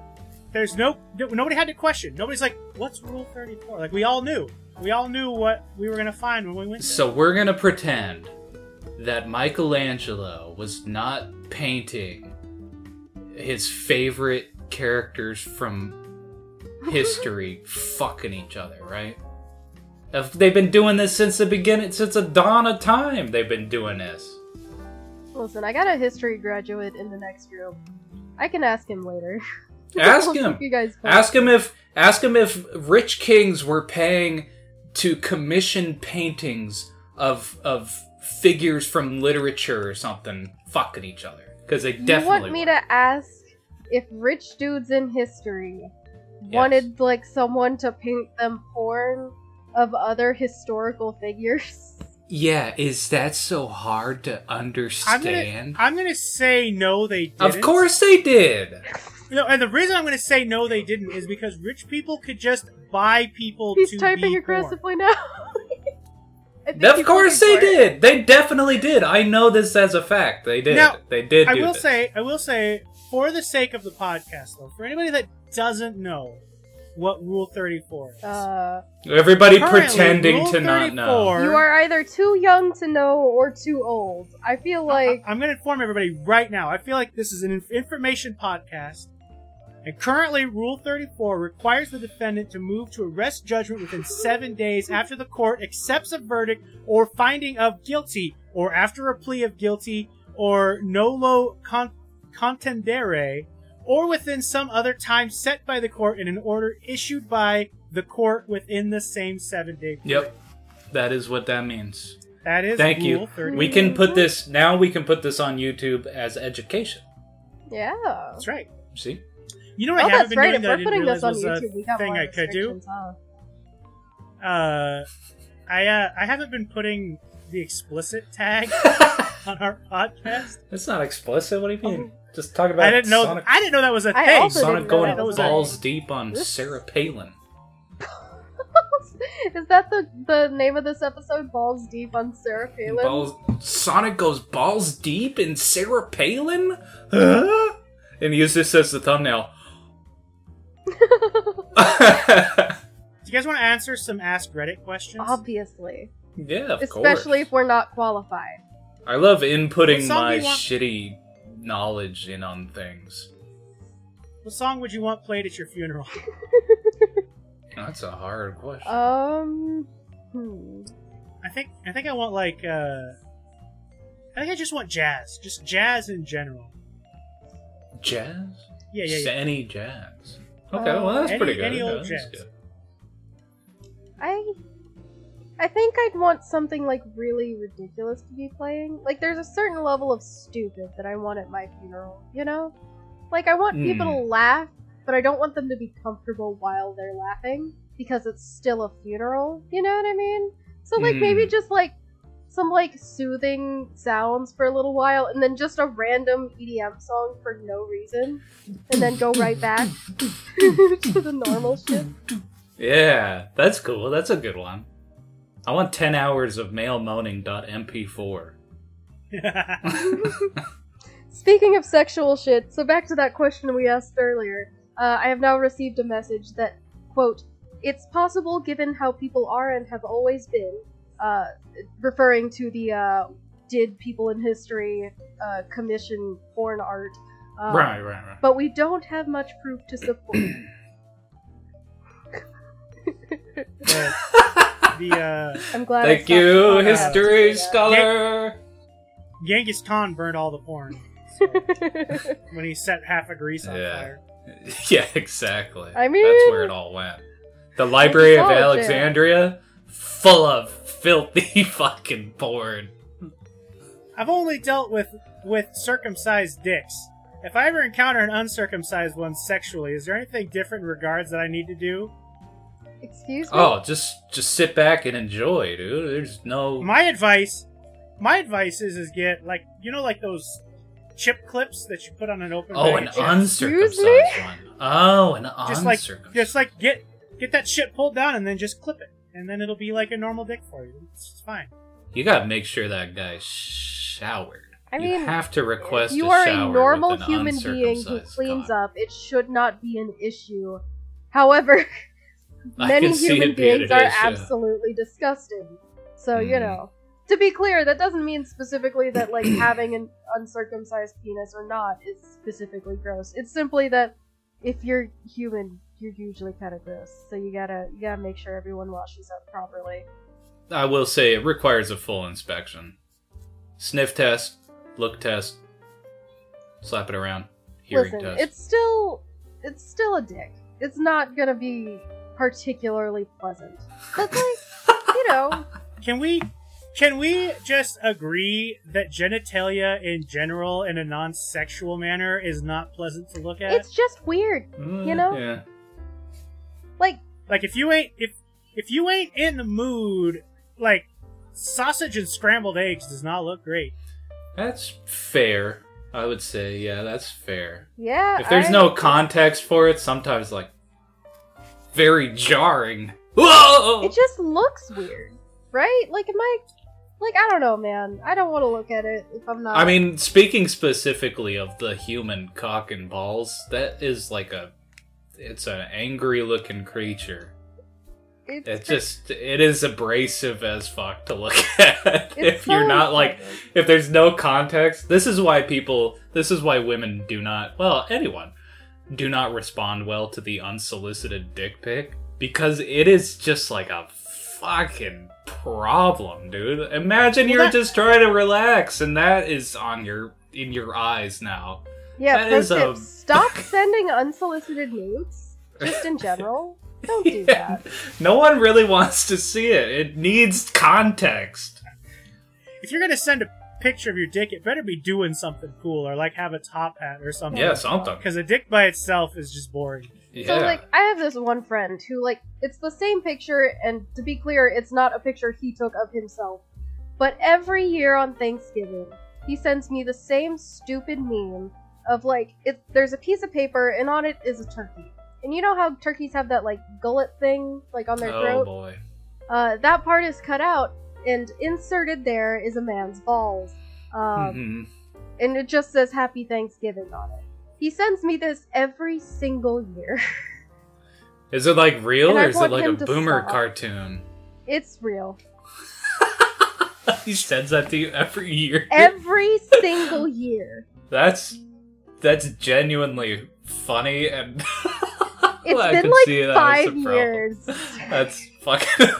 Speaker 1: There's no no- nobody had to question. Nobody's like, "What's Rule 34?" Like we all knew. We all knew what we were gonna find when we went. there.
Speaker 3: So we're gonna pretend that Michelangelo was not painting his favorite characters from history fucking each other, right? If They've been doing this since the beginning, since the dawn of time. They've been doing this.
Speaker 4: Listen, I got a history graduate in the next room. I can ask him later.
Speaker 3: Ask
Speaker 4: I'll keep
Speaker 3: him.
Speaker 4: You guys posted.
Speaker 3: Ask him if ask him if rich kings were paying to commission paintings of of figures from literature or something fucking each other because they
Speaker 4: You
Speaker 3: definitely
Speaker 4: want me
Speaker 3: were.
Speaker 4: to ask if rich dudes in history wanted like someone to paint them porn of other historical figures?
Speaker 3: Yeah, is that so hard to
Speaker 1: I'm gonna,
Speaker 3: understand?
Speaker 1: I'm gonna say no, they didn't.
Speaker 3: Of course they
Speaker 4: [LAUGHS]
Speaker 3: did.
Speaker 1: No, and the reason I'm gonna say no, they didn't is because rich people could just buy people.
Speaker 4: He's
Speaker 1: to
Speaker 4: typing
Speaker 1: be
Speaker 4: aggressively now. [LAUGHS] I think
Speaker 3: Of
Speaker 4: he's
Speaker 3: course they
Speaker 4: looking for it.
Speaker 3: did. They definitely did. I know this as a fact. They did.
Speaker 1: Now,
Speaker 3: they did.
Speaker 1: born. I
Speaker 3: do
Speaker 1: will
Speaker 3: this.
Speaker 1: say, I will say, for the sake of the podcast, though, for anybody that doesn't know what Rule 34 is,
Speaker 4: Uh,
Speaker 3: everybody
Speaker 1: currently,
Speaker 3: pretending
Speaker 1: Rule
Speaker 3: to not know.
Speaker 1: 34
Speaker 4: you are either too young to know or too old. I feel like
Speaker 1: I, am going to inform everybody right now. I feel like this is an inf- information podcast. And currently, Rule 34 requires the defendant to move to arrest judgment within seven days after the court accepts a verdict or finding of guilty, or after a plea of guilty, or nolo con- contendere, or within some other time set by the court in an order issued by the court within the same seven day period.
Speaker 3: Yep, that is what that means.
Speaker 1: That is
Speaker 3: Thank
Speaker 1: Rule
Speaker 3: you.
Speaker 1: 34.
Speaker 3: We can put this now. We can put this on YouTube as education.
Speaker 4: yeah.
Speaker 1: That's right.
Speaker 3: See,
Speaker 1: You know what
Speaker 4: Oh,
Speaker 1: I haven't
Speaker 4: that's
Speaker 1: been
Speaker 4: right.
Speaker 1: doing
Speaker 4: If
Speaker 1: that I
Speaker 4: we're
Speaker 1: didn't
Speaker 4: putting
Speaker 1: realize
Speaker 4: this on
Speaker 1: was a
Speaker 4: YouTube, we got
Speaker 1: thing
Speaker 4: more
Speaker 1: I could do?
Speaker 4: restrictions, huh? [LAUGHS]
Speaker 1: Uh, I uh, I haven't been putting
Speaker 4: [LAUGHS]
Speaker 1: the explicit tag on our podcast.
Speaker 3: it's not explicit. What do you mean? Just talk about.
Speaker 1: Oh. I didn't know.
Speaker 3: Sonic,
Speaker 1: I didn't know that was a
Speaker 4: I
Speaker 1: thing.
Speaker 4: also
Speaker 3: Sonic
Speaker 4: didn't know
Speaker 3: going
Speaker 1: that was a-
Speaker 3: balls deep on
Speaker 4: Oops.
Speaker 3: Sarah Palin.
Speaker 4: Is that the the name of this episode? Balls deep on Sarah Palin.
Speaker 3: Balls. Sonic goes balls deep in Sarah Palin. Huh? And use this as the
Speaker 1: [LAUGHS]
Speaker 3: thumbnail.
Speaker 1: Do you guys want to answer some Ask Reddit questions?
Speaker 4: Obviously,
Speaker 3: yeah, of
Speaker 4: especially
Speaker 3: course.
Speaker 4: if we're not qualified.
Speaker 3: I love inputting
Speaker 1: Some
Speaker 3: my
Speaker 1: we want-
Speaker 3: shitty knowledge in on things.
Speaker 1: what song would you want played at your funeral?
Speaker 3: That's a hard question.
Speaker 1: Uh,
Speaker 4: Um, hmm.
Speaker 1: I think. I think I want like. uh I think I just want jazz. Just jazz in general.
Speaker 3: jazz?
Speaker 1: Yeah, yeah,
Speaker 3: Just
Speaker 1: yeah.
Speaker 3: Any jazz.
Speaker 4: Uh,
Speaker 3: Okay, well that's
Speaker 1: any-
Speaker 3: pretty good.
Speaker 1: any
Speaker 3: Yeah,
Speaker 1: old
Speaker 3: that's
Speaker 1: jazz.
Speaker 3: good.
Speaker 4: I I think I'd want something like really ridiculous to be playing. Like there's a certain level of stupid that I want at my funeral, you know? Like I want people to
Speaker 3: Hmm.
Speaker 4: laugh, but I don't want them to be comfortable while they're laughing because it's still a funeral, you know what I mean? So like maybe
Speaker 3: Hmm.
Speaker 4: just like some like soothing sounds for a little while and then just a random EDM song for no reason and then go right back [LAUGHS] to the normal shit.
Speaker 3: Yeah, that's cool. That's a good one. I want 10 hours of male moaning.mp4.
Speaker 4: Speaking of sexual shit, so back to that question we asked earlier. Uh, I have now received a message that, quote, it's possible given how people are and have always been, uh, referring to the uh, did people in history uh, commission porn art.
Speaker 1: Oh.
Speaker 4: Uh,
Speaker 3: right, right, right.
Speaker 4: But we don't have much proof
Speaker 3: [CLEARS THROAT]
Speaker 4: to support. it."
Speaker 1: [LAUGHS] the, the uh,
Speaker 4: I'm glad. I
Speaker 3: Thank
Speaker 4: stopped
Speaker 3: you,
Speaker 4: talking about
Speaker 3: history
Speaker 4: it.
Speaker 3: scholar.
Speaker 1: Genghis Khan burned all the porn so, when he set half of Greece on
Speaker 3: Yeah.
Speaker 1: fire.
Speaker 3: [LAUGHS] yeah, exactly.
Speaker 4: I
Speaker 3: that's
Speaker 4: mean-
Speaker 3: where it all went. The Library of
Speaker 4: Oh, damn.
Speaker 3: Alexandria, full of filthy [LAUGHS] fucking porn.
Speaker 1: I've only dealt with with circumcised dicks. If I ever encounter an uncircumcised one sexually, is there anything different in regards that I need to do?
Speaker 4: [LAUGHS] Excuse me.
Speaker 3: Oh, just just sit back and enjoy, dude. There's no
Speaker 1: My advice, my advice is is get like you know like those chip clips that you put on an open.
Speaker 3: oh
Speaker 1: bag
Speaker 3: an
Speaker 1: of chips?
Speaker 3: uncircumcised
Speaker 4: me?
Speaker 3: one. Oh, an
Speaker 1: Just like
Speaker 3: uncircumcised.
Speaker 1: just like get get that shit pulled down and then just clip it, and then it'll be like a normal dick for you. It's fine.
Speaker 3: You gotta make sure that guy showered.
Speaker 4: I
Speaker 3: you
Speaker 4: mean,
Speaker 3: have to request.
Speaker 4: you
Speaker 3: a
Speaker 4: are
Speaker 3: shower
Speaker 4: a normal
Speaker 3: with an
Speaker 4: human being who
Speaker 3: uncircumcised
Speaker 4: cleans
Speaker 3: cock.
Speaker 4: up. It should not be an issue. However,
Speaker 3: I
Speaker 4: many
Speaker 3: can see
Speaker 4: human
Speaker 3: it being
Speaker 4: beings
Speaker 3: an
Speaker 4: are
Speaker 3: issue.
Speaker 4: absolutely disgusting. So you
Speaker 3: Mm.
Speaker 4: know, to be clear, that doesn't mean specifically
Speaker 3: [CLEARS THROAT]
Speaker 4: that like having an uncircumcised penis or not is specifically gross. It's simply that if you're human, you're usually kind of gross. So you gotta you gotta make sure everyone washes up properly.
Speaker 3: I will say it requires a full inspection. Sniff test, look test, slap it around, hearing
Speaker 4: Listen,
Speaker 3: test.
Speaker 4: it's still it's still a dick. It's not gonna be particularly pleasant. But like,
Speaker 3: [LAUGHS]
Speaker 4: you know,
Speaker 1: Can we can we just agree that genitalia in general in a non-sexual manner is not pleasant to look at?
Speaker 4: it's just weird.
Speaker 3: Mm,
Speaker 4: you know?
Speaker 3: Yeah.
Speaker 4: Like,
Speaker 1: like if you ain't if if you ain't in the mood, like sausage and scrambled eggs does not look great.
Speaker 3: That's fair. I would say, yeah, that's fair.
Speaker 4: yeah.
Speaker 3: If there's
Speaker 4: I-
Speaker 3: no context for it, sometimes like very jarring. Whoa!
Speaker 4: it just looks weird, right? Like, am I? Like, I don't know, man. I don't want to look at it if I'm not.
Speaker 3: I mean, speaking specifically of the human cock and balls, that is like a it's an angry looking creature.
Speaker 4: it's,
Speaker 3: It
Speaker 4: pre-
Speaker 3: just it is abrasive as fuck to look [LAUGHS] at.
Speaker 4: it's
Speaker 3: if you're
Speaker 4: so
Speaker 3: not like
Speaker 4: exciting.
Speaker 3: if there's no context, this is why people this is why women do not well, anyone do not respond well to the unsolicited dick pic because it is just like a fucking problem, dude. Imagine
Speaker 1: Well,
Speaker 3: you're
Speaker 1: that-
Speaker 3: just trying to relax and that is on your in your eyes now.
Speaker 4: yeah.
Speaker 3: that
Speaker 4: pro
Speaker 3: is um,
Speaker 4: tip,
Speaker 3: a- [LAUGHS]
Speaker 4: Stop sending unsolicited nudes. Just in
Speaker 3: [LAUGHS]
Speaker 4: general, don't do
Speaker 3: Yeah.
Speaker 4: that.
Speaker 3: No one really [LAUGHS] wants to see it. It needs context.
Speaker 1: If you're gonna send a picture of your dick, it better be doing something cool or like have a top hat or something.
Speaker 3: Yeah, something.
Speaker 1: Because a dick by itself is just boring.
Speaker 3: Yeah.
Speaker 4: So like I have this one friend who like it's the same picture and to be clear it's not a picture he took of himself. But every year on Thanksgiving, he sends me the same stupid meme of like it, there's a piece of paper and on it is a turkey. And you know how turkeys have that like gullet thing like on their
Speaker 3: Oh
Speaker 4: throat?
Speaker 3: boy.
Speaker 4: Uh, that part is cut out and inserted there is a man's balls. Um,
Speaker 3: Mhm.
Speaker 4: and it just says happy Thanksgiving on it. He sends me this every single year. [LAUGHS]
Speaker 3: Is it like real
Speaker 4: And I
Speaker 3: or is it
Speaker 4: want
Speaker 3: like a
Speaker 4: him to
Speaker 3: boomer
Speaker 4: stop.
Speaker 3: cartoon? [LAUGHS]
Speaker 4: It's real.
Speaker 3: he sends that to you every year.
Speaker 4: Every single year.
Speaker 3: [LAUGHS] that's that's genuinely funny and [LAUGHS]
Speaker 4: It's
Speaker 3: I
Speaker 4: been
Speaker 3: could see
Speaker 4: like
Speaker 3: that as a
Speaker 4: five
Speaker 3: problem.
Speaker 4: years. [LAUGHS]
Speaker 3: That's fucking [LAUGHS]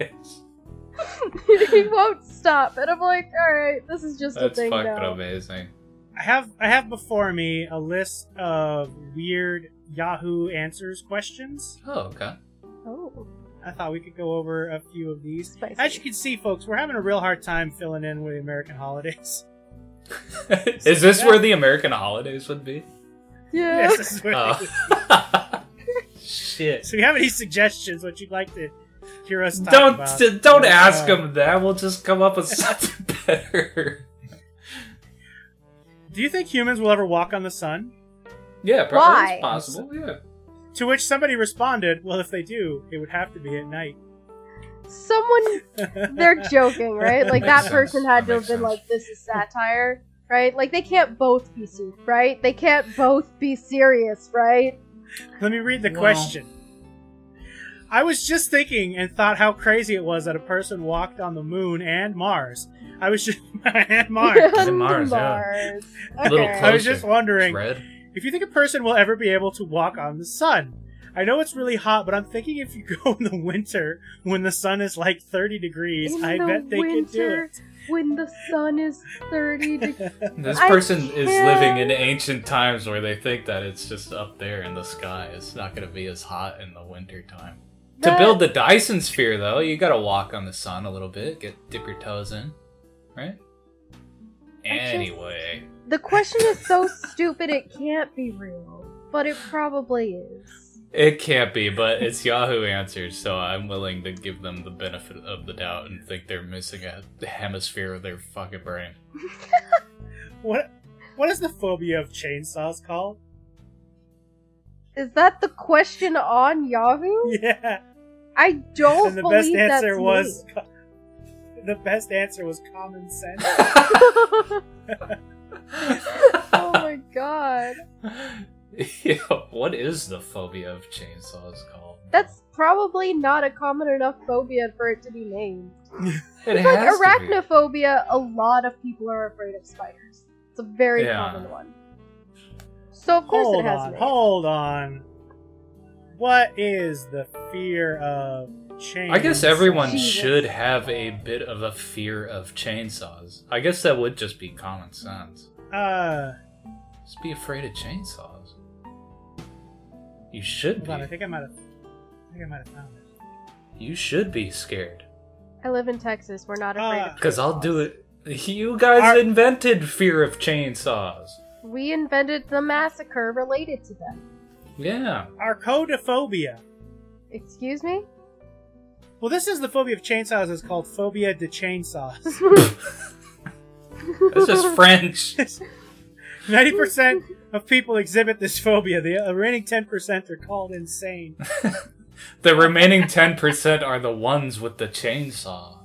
Speaker 3: hilarious.
Speaker 4: he won't stop. And I'm like, alright, this is just a
Speaker 3: That's
Speaker 4: thing
Speaker 3: fucking
Speaker 4: now.
Speaker 3: amazing.
Speaker 1: I have I have before me a list of weird Yahoo answers questions.
Speaker 3: Oh,
Speaker 4: [LAUGHS]
Speaker 3: okay.
Speaker 4: Oh,
Speaker 1: I thought we could go over a few of these.
Speaker 4: spicy.
Speaker 1: As you can see, folks, we're having a real hard time filling in with the American holidays. [LAUGHS]
Speaker 3: Is this where the American holidays
Speaker 1: [LAUGHS]
Speaker 3: would be?
Speaker 4: yeah.
Speaker 1: Yes, this is where-
Speaker 3: Uh. Oh. [LAUGHS] Shit.
Speaker 1: [LAUGHS] So, if you have any suggestions, what you'd like to hear us talk
Speaker 3: Don't
Speaker 1: about? uh,
Speaker 3: d- don't
Speaker 1: let us
Speaker 3: ask
Speaker 1: know.
Speaker 3: him that. We'll just come up with something [LAUGHS] better.
Speaker 1: Do you think humans will ever walk on the sun?
Speaker 3: Yeah, probably
Speaker 4: Why?
Speaker 3: it's possible. Yeah.
Speaker 1: To which somebody responded, "Well, if they do, it would have to be at night."
Speaker 4: [LAUGHS]
Speaker 1: [LAUGHS]
Speaker 4: Someone, they're joking, right? Like,
Speaker 3: Makes
Speaker 4: that
Speaker 3: sense.
Speaker 4: person had
Speaker 3: That
Speaker 4: to have
Speaker 3: makes
Speaker 4: been
Speaker 3: sense.
Speaker 4: like, this is satire, right? Like, they can't both be serious, right? They can't both be serious, right?
Speaker 1: Let me read the
Speaker 3: Wow.
Speaker 1: question. I was just thinking and thought how crazy it was that a person walked on the moon and Mars. I was just [LAUGHS] and [LAUGHS]
Speaker 4: [LAUGHS]
Speaker 1: Mars.
Speaker 3: And Mars, yeah.
Speaker 4: Mars.
Speaker 3: A little
Speaker 4: Okay.
Speaker 1: I was
Speaker 3: Closer.
Speaker 1: just wondering [LAUGHS]
Speaker 3: Red.
Speaker 1: if you think a person will ever be able to walk on the sun. I know it's really hot, but I'm thinking if you go in the winter when the sun is like 30 degrees,
Speaker 4: In
Speaker 1: I
Speaker 4: the
Speaker 1: bet they could do
Speaker 4: winter,
Speaker 1: it.
Speaker 4: when the sun is
Speaker 1: [LAUGHS]
Speaker 4: 30 degrees.
Speaker 3: This
Speaker 4: I
Speaker 3: person is living in
Speaker 4: can't.
Speaker 3: ancient times where they think that it's just up there in the sky. It's not going to be as hot in the winter time. To build the Dyson sphere, though, you got to walk on the sun a little bit, get dip your toes in, right?
Speaker 4: just-
Speaker 3: Anyway,
Speaker 4: The question is so stupid it can't be real, but it probably is.
Speaker 3: it can't be, but it's Yahoo Answers, so I'm willing to give them the benefit of the doubt and think they're missing a hemisphere of their fucking [LAUGHS] brain.
Speaker 1: What, what is the phobia of chainsaws called? [LAUGHS]
Speaker 4: Is that the question on Yahoo?
Speaker 1: Yeah.
Speaker 4: I don't
Speaker 1: and the
Speaker 4: believe
Speaker 1: best answer
Speaker 4: that's
Speaker 1: was co- the best answer was common sense.
Speaker 4: me. oh my god.
Speaker 3: [LAUGHS] yeah, what is the phobia of chainsaws called?
Speaker 4: That's probably not a common enough phobia for it to be named.
Speaker 3: it
Speaker 4: Like
Speaker 3: has to be.
Speaker 4: arachnophobia, a lot of people are afraid of spiders. It's a very
Speaker 3: Yeah.
Speaker 4: common one. So of course
Speaker 1: hold
Speaker 4: it has
Speaker 1: on,
Speaker 4: a name.
Speaker 1: hold on. What is the fear of change?
Speaker 3: I guess everyone
Speaker 4: Jesus.
Speaker 3: should have a bit of a fear of chainsaws. I guess that would just be common sense.
Speaker 1: Uh,
Speaker 3: Just be afraid of chainsaws. You should
Speaker 1: hold on. I
Speaker 3: be.
Speaker 1: think I might have. I think I might have found it.
Speaker 3: You should be scared.
Speaker 4: I live in Texas. We're not afraid
Speaker 1: Ah.
Speaker 4: of
Speaker 3: Because I'll do it. You guys
Speaker 1: Are-
Speaker 3: invented fear of chainsaws.
Speaker 4: We invented the massacre related to them.
Speaker 3: Yeah.
Speaker 1: Arcodophobia.
Speaker 4: Excuse me?
Speaker 1: Well, this is the phobia of chainsaws. It's called phobia de chainsaws. [LAUGHS]
Speaker 3: This
Speaker 4: [LAUGHS]
Speaker 3: is French.
Speaker 1: Ninety percent of people exhibit this phobia. The uh, remaining ten percent are called
Speaker 3: [LAUGHS]
Speaker 1: insane.
Speaker 3: The remaining 10% are the ones with the chainsaw.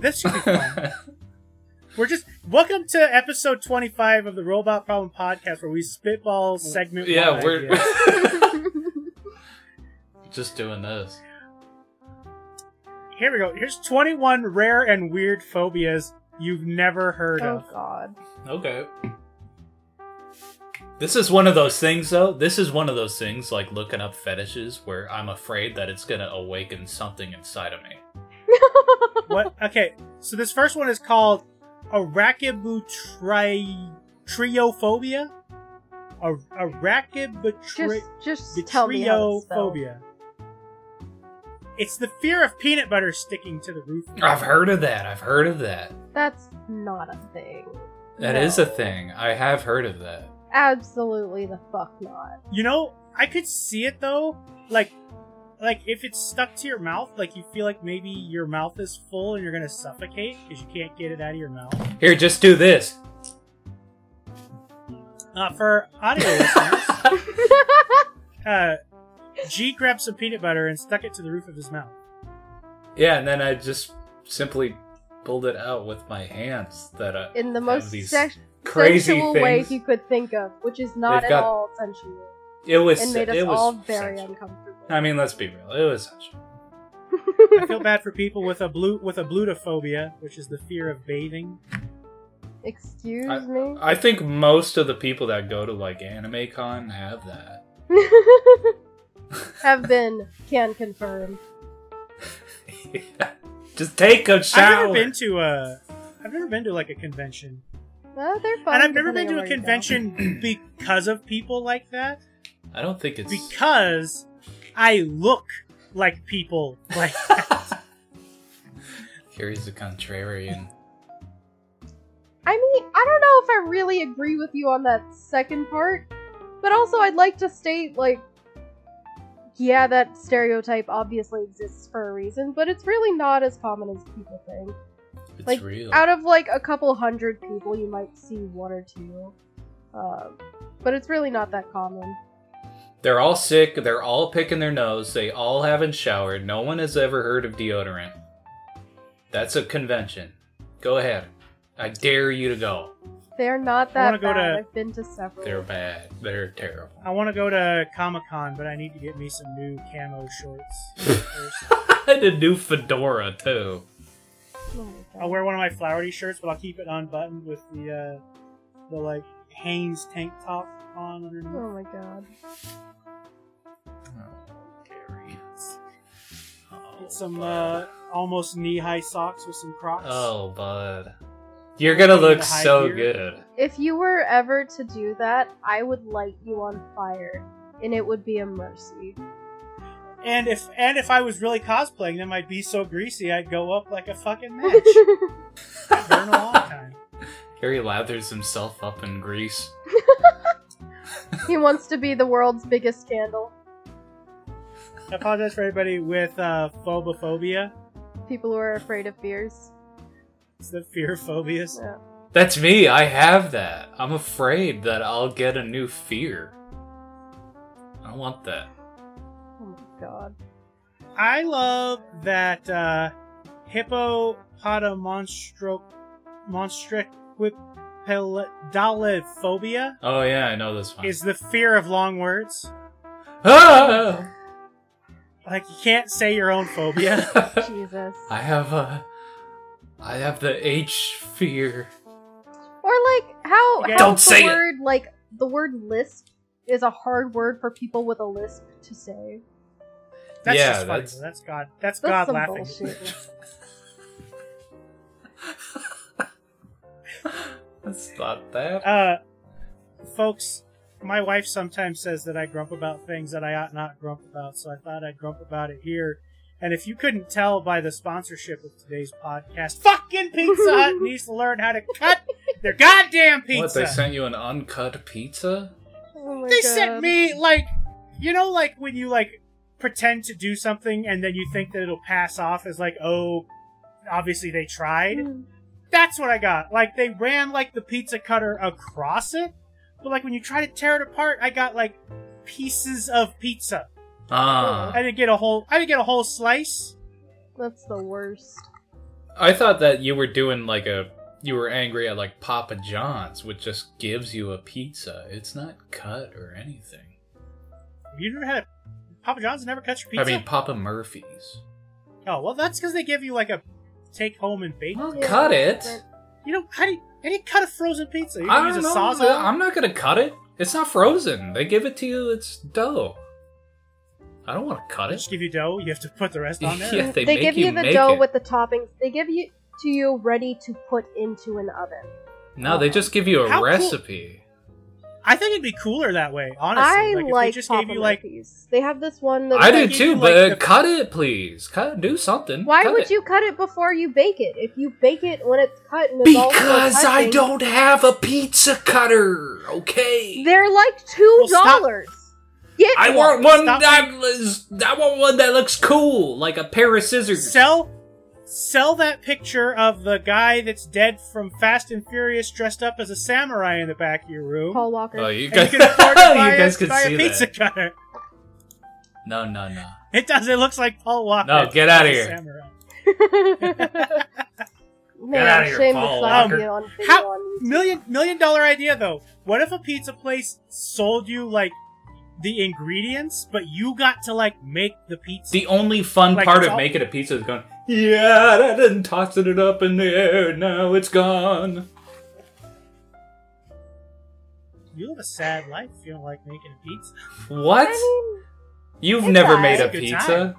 Speaker 1: This should be fun. We're just welcome to episode twenty-five of the Robot Problem Podcast, where we spitball segment.
Speaker 3: yeah,
Speaker 1: one
Speaker 3: we're
Speaker 1: ideas.
Speaker 3: [LAUGHS] just doing this.
Speaker 1: Here we go. Here's 21 rare and weird phobias you've never heard
Speaker 4: oh
Speaker 1: of.
Speaker 4: god.
Speaker 3: Okay. This is one of those things, though. This is one of those things, like looking up fetishes, where I'm afraid that it's gonna awaken something inside of me.
Speaker 1: What? Okay, so this first one is called Arachibutriophobia? Ar-
Speaker 4: Just
Speaker 1: Arachibutriophobia.
Speaker 4: just tell me how it's spelled.
Speaker 1: It's the fear of peanut butter sticking to the roof.
Speaker 3: I've heard of that. I've heard of that.
Speaker 4: That's not a thing.
Speaker 3: That
Speaker 4: No.
Speaker 3: is a thing. I have heard of that.
Speaker 4: Absolutely the fuck not.
Speaker 1: You know, I could see it though. Like, like if it's stuck to your mouth, like you feel like maybe your mouth is full and you're gonna suffocate because you can't get it out of your mouth.
Speaker 3: Here, just do this.
Speaker 1: Uh, for audio listeners, uh, G grabbed some peanut butter and stuck it to the roof of his mouth.
Speaker 3: Yeah, and then I just simply pulled it out with my hands that I,
Speaker 4: in the
Speaker 3: have
Speaker 4: most
Speaker 3: these
Speaker 4: sex-
Speaker 3: crazy
Speaker 4: sensual way
Speaker 3: things.
Speaker 4: you could think of, which is not
Speaker 3: They've
Speaker 4: at
Speaker 3: got-
Speaker 4: all sensual,
Speaker 3: It was
Speaker 4: and made us
Speaker 3: it was
Speaker 4: all very
Speaker 3: sexual.
Speaker 4: uncomfortable.
Speaker 3: I mean, let's be real. It was sexual.
Speaker 1: I feel bad for people with a blue with a blutophobia, which is the fear of bathing.
Speaker 4: [LAUGHS] Excuse
Speaker 3: I-
Speaker 4: me.
Speaker 3: I think most of the people that go to like anime con have that.
Speaker 4: [LAUGHS] Have been can confirm.
Speaker 3: Just take a shower.
Speaker 1: I've never been to a. I've never been to like a convention,
Speaker 4: Well, they're fun.
Speaker 1: and I've never
Speaker 4: depending
Speaker 1: been to
Speaker 4: on
Speaker 1: a
Speaker 4: where you go.
Speaker 1: convention because of people like that.
Speaker 3: I don't think it's
Speaker 1: Because I look like people like that.
Speaker 3: Carrie's the contrarian.
Speaker 4: I mean, I don't know if I really agree with you on that second part, but also I'd like to state, like, yeah, that stereotype obviously exists for a reason, but it's really not as common as people think.
Speaker 3: It's
Speaker 4: Like,
Speaker 3: real.
Speaker 4: Out of like a couple hundred people, you might see one or two, um, but it's really not that common.
Speaker 3: They're all sick. They're all picking their nose. They all haven't showered. No one has ever heard of deodorant. That's a convention. Go ahead. I dare you to go.
Speaker 4: They're not
Speaker 1: I wanna
Speaker 4: that
Speaker 1: go
Speaker 4: bad.
Speaker 1: to-
Speaker 4: I've been to several.
Speaker 3: They're bad. They're terrible. [LAUGHS]
Speaker 1: I want to go to Comic Con, but I need to get me some new camo shorts. first.
Speaker 3: and a new fedora too.
Speaker 4: Oh my God.
Speaker 1: I'll wear one of my flowery shirts, but I'll keep it unbuttoned with the uh, the like Hanes tank top on underneath.
Speaker 4: Oh my god.
Speaker 3: Oh, Carrie. Oh,
Speaker 1: Get some uh,
Speaker 3: bud.
Speaker 1: almost knee high socks with some Crocs.
Speaker 3: Oh, bud. You're gonna look
Speaker 1: The high
Speaker 3: so
Speaker 1: gear.
Speaker 3: good.
Speaker 4: If you were ever to do that, I would light you on fire, and it would be a mercy.
Speaker 1: And if and if I was really cosplaying them, I'd be so greasy I'd go up like a fucking match.
Speaker 3: [LAUGHS]
Speaker 1: I'd burn a long time.
Speaker 3: Carrie lathers himself up in grease.
Speaker 4: he wants to be the world's biggest scandal.
Speaker 1: I apologize for everybody with uh, phobophobia.
Speaker 4: People who are afraid of fears.
Speaker 1: It's the fear of phobias.
Speaker 4: Yeah.
Speaker 3: That's me. I have that. I'm afraid that I'll get a new fear. I don't want that.
Speaker 4: Oh my
Speaker 3: [LAUGHS]
Speaker 4: god.
Speaker 1: I love that uh, hippopotamonstroc monstriquipedalophobia
Speaker 3: Oh yeah, I know this one.
Speaker 1: is the fear of long words.
Speaker 3: Ah! [LAUGHS]
Speaker 1: Like you can't say your own phobia.
Speaker 4: Jesus.
Speaker 3: I have a. I have the H fear.
Speaker 4: Or like how,
Speaker 1: Yeah.
Speaker 4: how
Speaker 3: Don't
Speaker 4: the
Speaker 3: say it.
Speaker 4: word like the word lisp is a hard word for people with a lisp to say.
Speaker 1: [LAUGHS] That's
Speaker 3: Yeah,
Speaker 1: just funny.
Speaker 3: that's-
Speaker 1: That's, God. That's,
Speaker 4: That's
Speaker 1: God
Speaker 4: some
Speaker 1: laughing. [LAUGHS]
Speaker 4: bullshit.
Speaker 3: That's not that.
Speaker 1: Uh, folks, my wife sometimes says that I grump about things that I ought not grump about, so I thought I'd grump about it here. And if you couldn't tell by the sponsorship of today's podcast, fucking Pizza Hut
Speaker 4: [LAUGHS]
Speaker 1: needs to learn how to cut their goddamn pizza.
Speaker 3: What they sent you an uncut pizza?
Speaker 4: Oh my
Speaker 1: They
Speaker 4: god.
Speaker 1: sent me like, you know, like when you like pretend to do something and then you think that it'll pass off as like, oh, obviously they tried.
Speaker 4: Mm. Hmm.
Speaker 1: That's what I got. Like they ran like the pizza cutter across it, but like when you try to tear it apart, I got like pieces of pizza.
Speaker 3: Ah,
Speaker 1: Oh, I didn't get a whole. I didn't get a whole slice.
Speaker 4: That's the worst.
Speaker 3: I thought that you were doing like a. You were angry at like Papa John's, which just gives you a pizza. It's not cut or anything.
Speaker 1: Have you never had a Papa John's? Never cuts your pizza.
Speaker 3: I mean, Papa Murphy's.
Speaker 1: oh well, that's because they give you like a take home and bake.
Speaker 3: Well,
Speaker 4: Yeah,
Speaker 3: cut it.
Speaker 4: that's different.
Speaker 1: You know how do you, how do you cut a frozen pizza? You
Speaker 3: I
Speaker 1: can use
Speaker 3: don't
Speaker 1: a
Speaker 3: know.
Speaker 1: saws
Speaker 3: I'm not gonna cut it. It's not frozen. They give it to you. It's dough. I don't want to cut it.
Speaker 1: Just give you dough. You have to put the rest
Speaker 3: [LAUGHS]
Speaker 1: on there.
Speaker 3: Yeah. They make
Speaker 4: give
Speaker 3: you
Speaker 4: you, the
Speaker 3: make
Speaker 4: dough
Speaker 3: it.
Speaker 4: with the toppings. They give you to you ready to put into an oven.
Speaker 3: No, they just give you a
Speaker 1: How cool-
Speaker 3: recipe.
Speaker 1: I think it'd be cooler that way. Honestly,
Speaker 4: I
Speaker 1: like,
Speaker 4: like,
Speaker 1: if they just
Speaker 4: Papa
Speaker 1: gave you like
Speaker 4: Murphy's. They have this one that
Speaker 3: I
Speaker 1: they
Speaker 3: do
Speaker 1: give
Speaker 3: too,
Speaker 1: you,
Speaker 3: but
Speaker 1: like, the-
Speaker 3: cut it, please. Cut. Do something.
Speaker 4: Why
Speaker 3: Cut
Speaker 4: would
Speaker 3: it.
Speaker 4: you cut it before you bake it? If you bake it when it's cut and it's all
Speaker 3: Because I
Speaker 4: touching,
Speaker 3: don't have a pizza cutter. Okay.
Speaker 4: They're like two
Speaker 1: stop.
Speaker 4: dollars. Get
Speaker 3: I want
Speaker 4: one.
Speaker 3: one
Speaker 1: Stop.
Speaker 3: that is. I want one that looks cool, like a pair of scissors.
Speaker 1: sell sell that picture of the guy that's dead from Fast and Furious dressed up as a samurai in the back of your room.
Speaker 4: Paul Walker.
Speaker 3: Oh, you
Speaker 1: and
Speaker 3: guys,
Speaker 1: you
Speaker 3: [LAUGHS]
Speaker 1: can afford to
Speaker 3: you
Speaker 1: buy,
Speaker 3: guys
Speaker 1: a,
Speaker 3: can
Speaker 1: buy a
Speaker 3: see
Speaker 1: pizza
Speaker 3: that.
Speaker 1: cutter.
Speaker 3: No, no, no.
Speaker 1: It does. It looks like Paul Walker.
Speaker 3: No, get outta
Speaker 1: as a
Speaker 3: here.
Speaker 1: samurai.
Speaker 4: Man,
Speaker 3: outta here,
Speaker 4: shame
Speaker 3: Paul
Speaker 4: it's not
Speaker 1: Walker.
Speaker 4: being on video
Speaker 1: How-
Speaker 4: on YouTube.
Speaker 1: Million million dollar idea though. What if a pizza place sold you like the ingredients, but you got to like make the pizza?
Speaker 3: The only fun
Speaker 1: Like,
Speaker 3: part
Speaker 1: it's
Speaker 3: of
Speaker 1: all-
Speaker 3: making a pizza is going, yeah, that didn't tossing it up in the air, now it's gone.
Speaker 1: you live a sad life if you don't like making a pizza.
Speaker 3: What?
Speaker 4: I mean,
Speaker 3: You've
Speaker 4: it's
Speaker 3: never
Speaker 4: all
Speaker 3: made
Speaker 4: right.
Speaker 1: It's
Speaker 3: a
Speaker 1: a good
Speaker 3: pizza?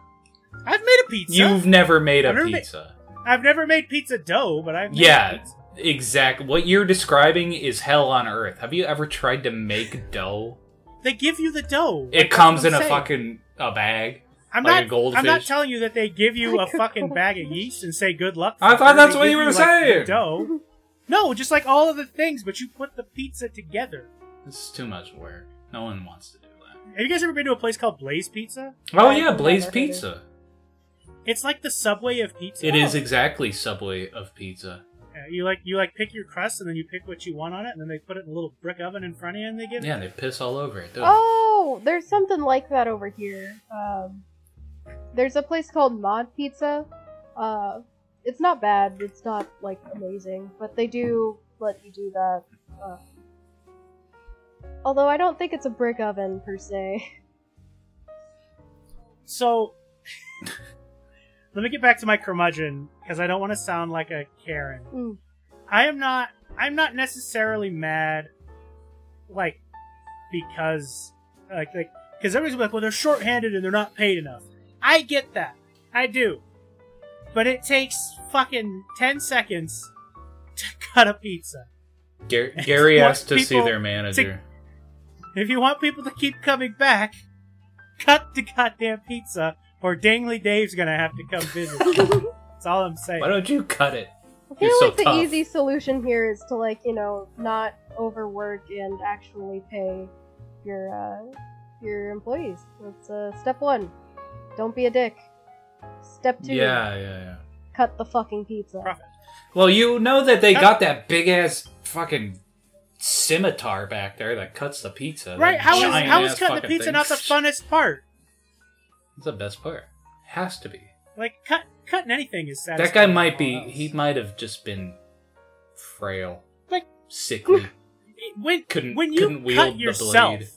Speaker 1: I've made a pizza.
Speaker 3: You've never made
Speaker 1: I've
Speaker 3: a
Speaker 1: never made-
Speaker 3: pizza.
Speaker 1: I've never made pizza dough, but I've made
Speaker 3: Yeah,
Speaker 1: pizza.
Speaker 3: exactly. What you're describing is hell on earth. Have you ever tried
Speaker 1: [LAUGHS]
Speaker 3: to make dough?
Speaker 1: They give you the dough. Like,
Speaker 3: It
Speaker 1: that's
Speaker 3: comes
Speaker 1: what
Speaker 3: in
Speaker 1: I'm
Speaker 3: a
Speaker 1: saying.
Speaker 3: fucking a bag.
Speaker 1: I'm
Speaker 3: like a
Speaker 1: not. I'm not
Speaker 3: goldfish.
Speaker 1: telling you that they give you a
Speaker 4: Like a
Speaker 1: fucking bag of
Speaker 4: goldfish.
Speaker 1: yeast and say good luck.
Speaker 3: I
Speaker 1: for
Speaker 3: thought
Speaker 1: it.
Speaker 3: that's
Speaker 1: They
Speaker 3: what
Speaker 1: give
Speaker 3: you were
Speaker 1: like, the
Speaker 3: saying.
Speaker 1: Dough. No, just like all of the things, but you put the pizza together.
Speaker 3: This is too much work. No one wants to do that.
Speaker 1: Have you guys ever been to a place called Blaze Pizza?
Speaker 3: Oh
Speaker 4: I've
Speaker 3: yeah, Blaze
Speaker 4: never heard of
Speaker 3: Pizza.
Speaker 1: It's like the Subway of pizza.
Speaker 3: It is exactly Subway of pizza.
Speaker 1: Yeah, you like you like pick your crust and then you pick what you want on it and then they put it in a little brick oven in front of you and they give
Speaker 3: Yeah,
Speaker 1: it.
Speaker 3: they piss all over it. don't they?
Speaker 4: Oh, there's something like that over here. Um, there's a place called Mod Pizza. Uh, it's not bad. It's not like amazing, but they do let you do that. Uh, although I don't think it's a brick oven per se. [LAUGHS]
Speaker 1: So [LAUGHS] let me get back to my curmudgeon because I don't want to sound like a Karen.
Speaker 4: Mm.
Speaker 1: I am not. I'm not necessarily mad, like because like like because everybody's like, well, they're shorthanded and they're not paid enough. I get that. I do. But it takes fucking ten seconds to [LAUGHS] cut a pizza. [LAUGHS]
Speaker 3: Gar- Gary
Speaker 1: want
Speaker 3: asked to see
Speaker 1: people
Speaker 3: their manager.
Speaker 1: If you want people to keep coming back, cut the goddamn pizza, or Dangly Dave's gonna have to come visit. That's all I'm saying.
Speaker 3: Why don't you cut it?
Speaker 4: I feel
Speaker 3: You're so
Speaker 4: like the
Speaker 3: tough.
Speaker 4: easy solution here is to like you know not overwork and actually pay your uh, your employees. That's uh, step one. Don't be a dick. Step two.
Speaker 3: Yeah, yeah, yeah.
Speaker 4: cut the fucking pizza.
Speaker 1: Profit.
Speaker 3: Well, you know that they
Speaker 1: Huh?
Speaker 3: got that big ass fucking scimitar back there that cuts the pizza.
Speaker 1: Right?
Speaker 3: that
Speaker 1: How is
Speaker 3: giant
Speaker 1: how is
Speaker 3: ass
Speaker 1: cutting the
Speaker 3: fucking
Speaker 1: pizza
Speaker 3: thing.
Speaker 1: not the funnest part?
Speaker 3: It's the best part. Has to be.
Speaker 1: Like cut cutting anything is satisfying.
Speaker 3: That guy might
Speaker 1: than
Speaker 3: be.
Speaker 1: all else.
Speaker 3: He might have just been frail,
Speaker 1: Like-
Speaker 3: sickly.
Speaker 1: when
Speaker 3: couldn't-
Speaker 1: when you
Speaker 3: couldn't wield
Speaker 1: cut
Speaker 3: the
Speaker 1: yourself.
Speaker 3: blade.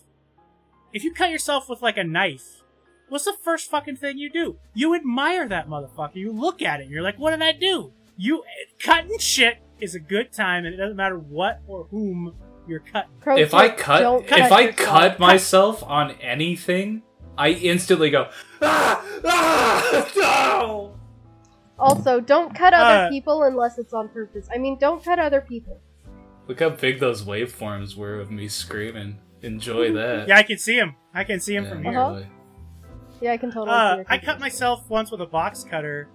Speaker 1: If you cut yourself with like a knife, what's the first fucking thing you do? You admire that motherfucker. You look at it. and You're like, what did I do? You cutting shit is a good time, and it doesn't matter what or whom you're cutting.
Speaker 4: Pro
Speaker 3: if I
Speaker 4: tip,
Speaker 3: cut,
Speaker 4: don't
Speaker 3: if I
Speaker 1: [LAUGHS]
Speaker 4: yourself.
Speaker 3: cut myself on anything, I instantly go, ah, ah, [LAUGHS] no.
Speaker 4: also don't cut
Speaker 1: Uh,
Speaker 4: other people unless it's on purpose. I mean, don't cut other people.
Speaker 3: Look how big those waveforms were of me screaming. Enjoy that.
Speaker 1: Yeah, I can see him. I can see him
Speaker 3: Yeah,
Speaker 1: from here.
Speaker 4: Uh-huh.
Speaker 3: really.
Speaker 4: Yeah, I can totally. see
Speaker 1: Uh,
Speaker 4: your
Speaker 1: I cut
Speaker 4: confusion.
Speaker 1: myself once with a box cutter,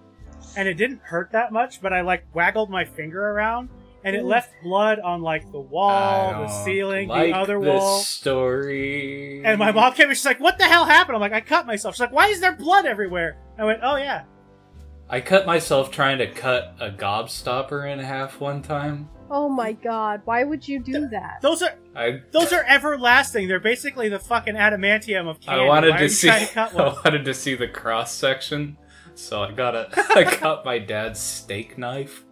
Speaker 1: and it didn't hurt that much, but I like waggled my finger around, and it
Speaker 4: Ooh.
Speaker 1: left blood on like the
Speaker 3: I
Speaker 1: wall, the
Speaker 3: don't
Speaker 1: ceiling,
Speaker 3: like
Speaker 1: the other
Speaker 3: this
Speaker 1: wall.
Speaker 3: Story.
Speaker 1: And my mom came and she's like, "What the hell happened?" I'm like, "I cut myself." She's like, "Why is there blood everywhere?" I went, "Oh yeah."
Speaker 3: I cut myself trying to cut a gobstopper in half one time.
Speaker 4: Oh my god, why would you do that?
Speaker 1: Those are
Speaker 3: I
Speaker 1: those are everlasting. They're basically the fucking adamantium of candy.
Speaker 3: I wanted
Speaker 1: Why are
Speaker 3: to
Speaker 1: you
Speaker 3: see Oh.
Speaker 1: trying to
Speaker 3: [LAUGHS]
Speaker 1: cut
Speaker 3: I
Speaker 1: one?
Speaker 3: wanted to see the cross section, so I got a [LAUGHS] I got my dad's steak knife.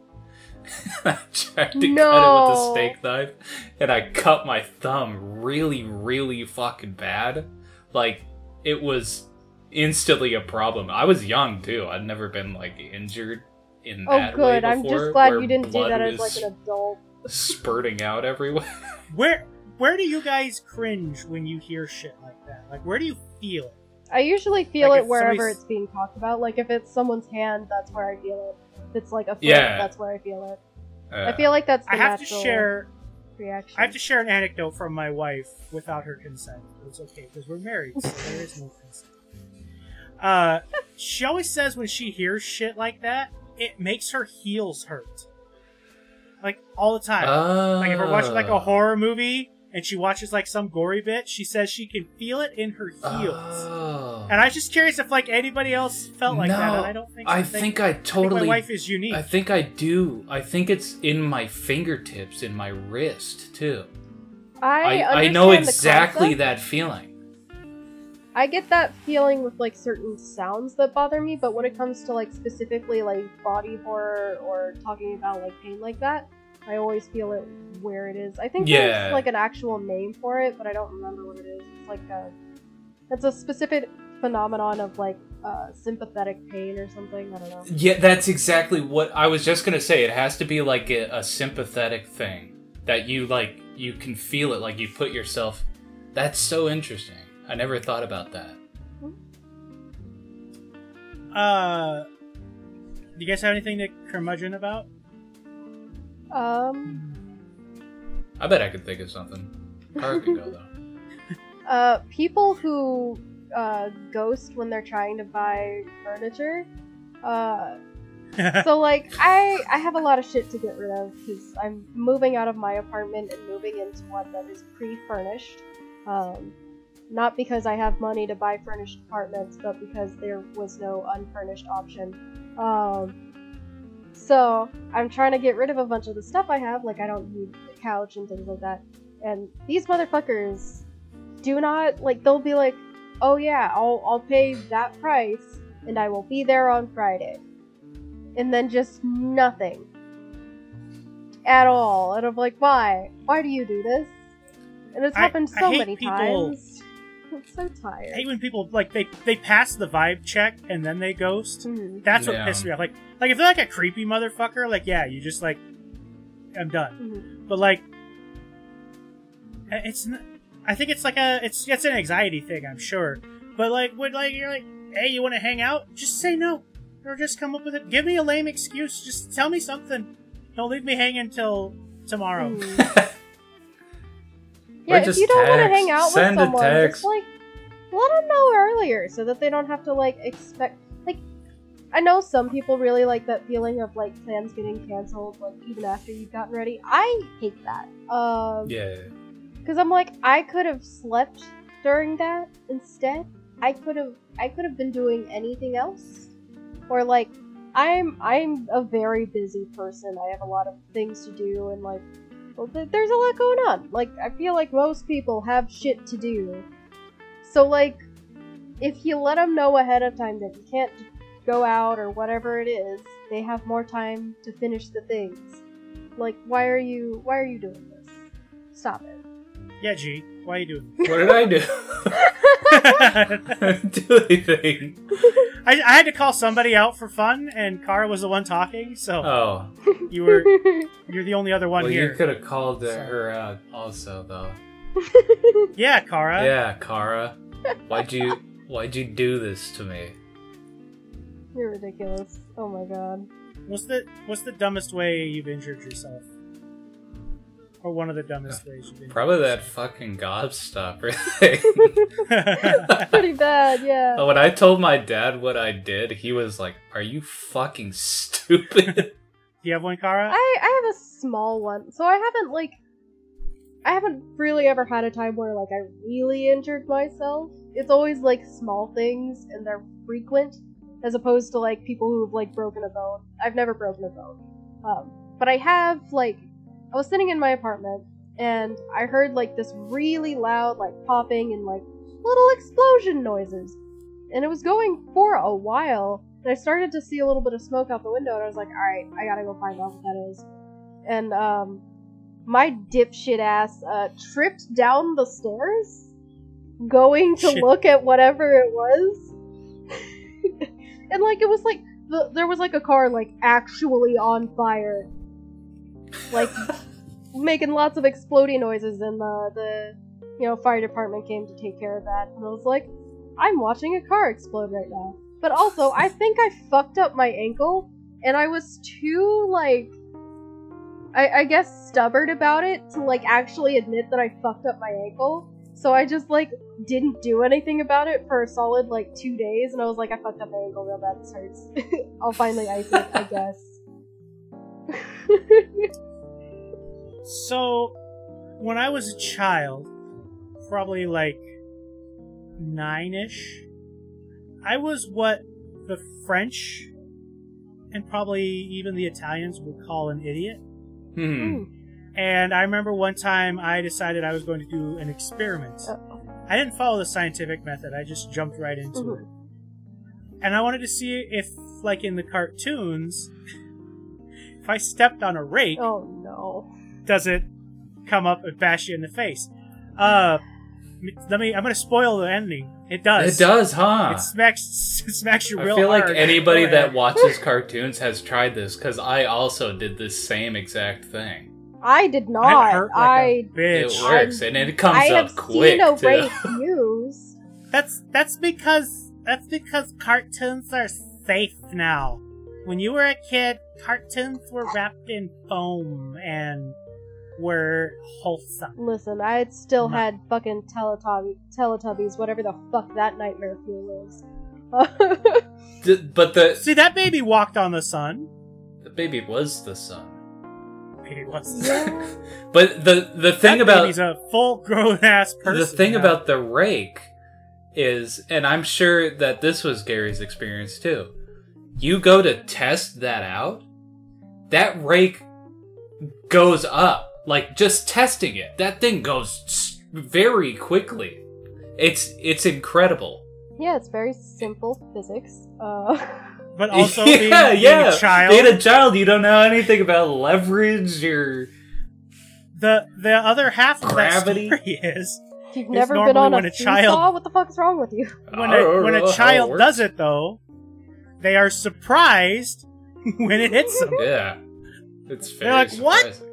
Speaker 3: [LAUGHS] I tried to cut it with a
Speaker 4: No.
Speaker 3: steak knife, and I cut my thumb really, really fucking bad. Like it was instantly a problem. I was young too. I'd never been like injured in
Speaker 4: Oh
Speaker 3: that way
Speaker 4: good,
Speaker 3: before.
Speaker 4: I'm just glad
Speaker 3: where
Speaker 4: you didn't do
Speaker 3: blood
Speaker 4: that as like
Speaker 3: was
Speaker 4: an adult.
Speaker 3: [LAUGHS] spurting out everywhere.
Speaker 1: Where where do you guys cringe when you hear shit like that? Like, where do you feel it?
Speaker 4: I usually feel
Speaker 1: Like,
Speaker 4: it
Speaker 1: if
Speaker 4: wherever
Speaker 1: somebody's-
Speaker 4: it's being talked about. Like if it's someone's hand, that's where I feel it. If it's like a foot,
Speaker 3: Yeah.
Speaker 4: that's where I feel it.
Speaker 3: Uh,
Speaker 4: I feel like that's the
Speaker 1: I have to
Speaker 4: natural
Speaker 1: share.
Speaker 4: reaction.
Speaker 1: I have to share an anecdote from my wife without her consent. but It's okay because we're married, so there is no consent. Uh, she always says when she hears shit like that, it makes her heels hurt, [LAUGHS] like all the time. Like if we're watching like a
Speaker 3: Ah.
Speaker 1: horror movie and she watches like some gory bit, she says she can feel it in her heels.
Speaker 3: Oh.
Speaker 1: And I was just curious if like anybody else felt like that, and I don't think so.
Speaker 3: I think I
Speaker 1: I think
Speaker 3: totally.
Speaker 1: my wife is unique.
Speaker 3: I think I do. I think it's in my fingertips, in my wrist too.
Speaker 4: I
Speaker 3: I know
Speaker 4: understand the
Speaker 3: exactly
Speaker 4: concept.
Speaker 3: that feeling.
Speaker 4: I get that feeling with like certain sounds that bother me, but when it comes to like specifically like body horror or talking about like pain like that, I always feel it where it is. I think
Speaker 3: Yeah.
Speaker 4: there's like an actual name for it, but I don't remember what it is. It's like a it's a specific phenomenon of like uh, sympathetic pain or something. I don't know.
Speaker 3: Yeah, that's exactly what I was just gonna say. It has to be like a, a sympathetic thing that you like. You can feel it, like you put yourself. That's so interesting. I never thought about that.
Speaker 1: Uh, do you guys have anything to curmudgeon about?
Speaker 4: Um,
Speaker 3: I bet I could think of something. Car could
Speaker 4: [LAUGHS]
Speaker 3: go though.
Speaker 4: uh, people who uh, ghost when they're trying to buy furniture. Uh, so like I I have a lot of shit to get rid of because I'm moving out of my apartment and moving into one that is pre-furnished. Um, not because I have money to buy furnished apartments, but because there was no unfurnished option. Um, so I'm trying to get rid of a bunch of the stuff I have, like I don't need the couch and things like that. And these motherfuckers do not like. They'll be like, "Oh yeah, I'll I'll pay that price, and I will be there on Friday." and then just nothing at all. And I'm like, why? Why do you do this? And it's
Speaker 1: I-
Speaker 4: happened
Speaker 1: I
Speaker 4: so
Speaker 1: hate
Speaker 4: many
Speaker 1: people-
Speaker 4: times. I'm so
Speaker 1: I
Speaker 4: tired.
Speaker 1: hate when people like they they pass the vibe check and then they ghost.
Speaker 4: Mhm.
Speaker 1: That's what
Speaker 3: Yeah.
Speaker 1: pissed me off. Like like if they're like a creepy motherfucker, like yeah, you just like I'm done.
Speaker 4: Mhm.
Speaker 1: But like I- it's n- I think it's like a it's it's an anxiety thing, I'm sure. But like when like you're like, hey, you want to hang out? Just say no, or just come up with it. Give me a lame excuse. Just tell me something. Don't leave me hanging till
Speaker 4: [LAUGHS]
Speaker 1: tomorrow.
Speaker 4: Mhm.
Speaker 3: Or
Speaker 4: yeah, if
Speaker 3: just
Speaker 4: you don't want to
Speaker 3: text.
Speaker 4: hang out
Speaker 3: Send a
Speaker 4: with someone,
Speaker 3: text.
Speaker 4: just like let them know earlier so that they don't have to like expect. Like, I know some people really like that feeling of like plans getting canceled, like even after you've gotten ready. I hate that. Um,
Speaker 3: Yeah.
Speaker 4: because I'm like I could have slept during that instead. I could have I could have been doing anything else, or like I'm I'm a very busy person. I have a lot of things to do and like well, th- there's a lot going on. Like I feel like most people have shit to do, so like if you let them know ahead of time that you can't go out or whatever it is, they have more time to finish the things. Like why are you why are you doing this? Stop it.
Speaker 1: Yeah, G, why you doing?
Speaker 3: What did I do? [LAUGHS]
Speaker 1: [LAUGHS] I,
Speaker 3: do anything?
Speaker 1: I had to call somebody out for fun, and Kara was the one talking, so
Speaker 3: Oh.
Speaker 1: you were you're the only other one
Speaker 3: well,
Speaker 1: here.
Speaker 3: you could have called
Speaker 1: So-
Speaker 3: her out also, though.
Speaker 1: Yeah, Kara.
Speaker 3: Yeah, Kara. Why'd you Why'd you do this to me?
Speaker 4: You're ridiculous. Oh my god.
Speaker 1: What's the what's the dumbest way you've injured yourself? Or one of the dumbest ways you've injured
Speaker 3: Probably that fucking gobstopper
Speaker 1: [LAUGHS]
Speaker 3: thing. [LAUGHS]
Speaker 1: that.
Speaker 4: Pretty bad, yeah.
Speaker 3: when I told my dad what I did, he was like, "Are you fucking
Speaker 1: [LAUGHS]
Speaker 3: stupid?"
Speaker 1: Do you have one, Kara?
Speaker 4: I, I have a small one. So I haven't like I haven't really ever had a time where like I really injured myself. It's always like small things and they're frequent as opposed to like people who've like broken a bone. I've never broken a bone. Um, but I have like I was sitting in my apartment and I heard like this really loud like popping and like little explosion noises. And it was going for a while. And I started to see a little bit of smoke out the window and I was like, alright, I gotta go find out what that is. And um my dipshit ass uh tripped down the stairs going to
Speaker 1: Shit.
Speaker 4: look at whatever it was. [LAUGHS] and like it was like the, there was like a car like actually on fire like making lots of exploding noises and the the you know fire department came to take care of that and i was like i'm watching a car explode right now but also i think i fucked up my ankle and i was too like I, I guess stubborn about it to like actually admit that i fucked up my ankle so i just like didn't do anything about it for a solid like two days and i was like i fucked up my ankle real bad this hurts [LAUGHS] i'll finally ice it i [LAUGHS] guess
Speaker 1: so when I was a child, probably like nine ish, I was what the French and probably even the Italians would call an idiot.
Speaker 3: Hmm.
Speaker 1: And I remember one time I decided I was going to do an experiment.
Speaker 4: Uh-oh.
Speaker 1: I didn't follow the scientific method, I just jumped right into
Speaker 4: Mm-hmm.
Speaker 1: it. And I wanted to see if, like in the cartoons, if I stepped on a rake,
Speaker 4: Oh no.
Speaker 1: does it come up and bash you in the face? Uh, m- let me. I'm gonna spoil the ending. It does.
Speaker 3: It does, huh?
Speaker 1: It smacks. [LAUGHS] It smacks you real
Speaker 3: I feel like
Speaker 1: hard.
Speaker 3: anybody
Speaker 1: Right.
Speaker 3: that watches cartoons has tried this because I also did this same exact thing.
Speaker 4: I did not.
Speaker 1: That hurt like
Speaker 4: I
Speaker 1: a bitch.
Speaker 3: It works, and it comes
Speaker 4: I
Speaker 3: up
Speaker 4: have
Speaker 3: quick
Speaker 4: seen a
Speaker 3: too.
Speaker 4: rape
Speaker 3: [LAUGHS]
Speaker 4: used.
Speaker 1: That's that's because that's because cartoons are safe now. When you were a kid, cartoons were wrapped in foam and were wholesome.
Speaker 4: Listen, I had still
Speaker 3: Mm-hmm.
Speaker 1: No.
Speaker 4: had fucking Teletubbies, Teletubbies, whatever the fuck that nightmare fuel is. [LAUGHS]
Speaker 3: D- but the,
Speaker 1: See, that baby walked on the sun.
Speaker 3: the baby was the son.
Speaker 1: Baby was.
Speaker 4: yeah.
Speaker 3: But the the thing
Speaker 1: that
Speaker 3: about
Speaker 1: baby's a full grown ass person.
Speaker 3: the thing
Speaker 1: now.
Speaker 3: about the rake is, and I'm sure that this was Gary's experience too. You go to test that out, that rake goes up. Like just testing it, that thing goes s- very quickly. It's it's incredible.
Speaker 4: yeah, it's very simple physics. Uh, [LAUGHS]
Speaker 1: but
Speaker 3: [LAUGHS]
Speaker 1: also being, being a child.
Speaker 3: Being a child, you don't know anything about leverage or
Speaker 1: the the other half of
Speaker 3: Gravity.
Speaker 1: that story [LAUGHS] is
Speaker 4: you've never
Speaker 1: normally
Speaker 4: been on
Speaker 1: when
Speaker 4: a,
Speaker 1: a child-
Speaker 4: seesaw? What the fuck's wrong with you? [LAUGHS]
Speaker 1: when a, when
Speaker 3: [LAUGHS]
Speaker 1: a
Speaker 3: Oh,
Speaker 1: child does it though, they are surprised [LAUGHS] when it hits them.
Speaker 3: Yeah, it's
Speaker 1: They're
Speaker 3: very
Speaker 1: like, "What?"
Speaker 3: surprising.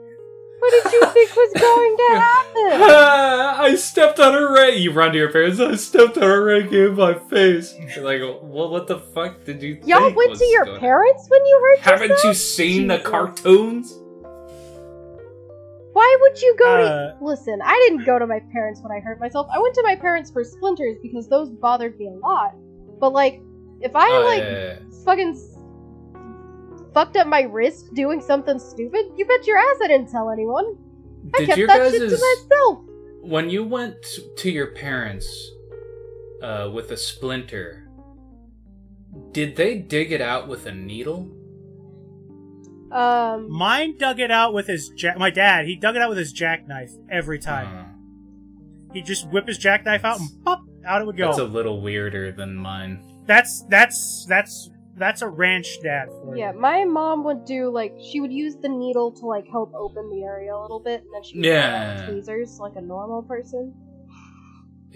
Speaker 4: What did you think was
Speaker 3: [LAUGHS]
Speaker 4: going to happen?
Speaker 3: Ah, [LAUGHS] I stepped on a rake. You run to your parents. I stepped on a rake in my face. You're like, well, what the fuck did you?
Speaker 4: Y'all
Speaker 3: think
Speaker 4: went
Speaker 3: was
Speaker 4: to your
Speaker 3: going-"
Speaker 4: parents when you heard this?
Speaker 3: Haven't you seen the
Speaker 4: Jesus.
Speaker 3: cartoons?
Speaker 4: Why would you go
Speaker 1: Uh,
Speaker 4: to. Listen, I didn't go to my parents when I hurt myself. I went to my parents for splinters because those bothered me a lot. But, like, if I,
Speaker 3: Oh,
Speaker 4: like,
Speaker 3: yeah, yeah, yeah.
Speaker 4: fucking s- fucked up my wrist doing something stupid, you bet your ass I didn't tell anyone. I
Speaker 3: Did
Speaker 4: kept
Speaker 3: your
Speaker 4: that shit
Speaker 3: guys'
Speaker 4: to myself.
Speaker 3: when you went to your parents uh, with a splinter, did they dig it out with a needle?
Speaker 4: Um,
Speaker 1: Mine dug it out with his jack. My dad, he dug it out with his jackknife every
Speaker 3: Uh-huh.
Speaker 1: time. He'd just whip his jackknife out and pop, out it would
Speaker 3: Uh,
Speaker 1: go.
Speaker 3: that's a little weirder than mine.
Speaker 1: that's that's that's that's a ranch dad for you.
Speaker 4: yeah, my mom would do like she would use the needle to like help open the area a little bit, and then she would
Speaker 3: Yeah.
Speaker 4: use tweezers like a normal person.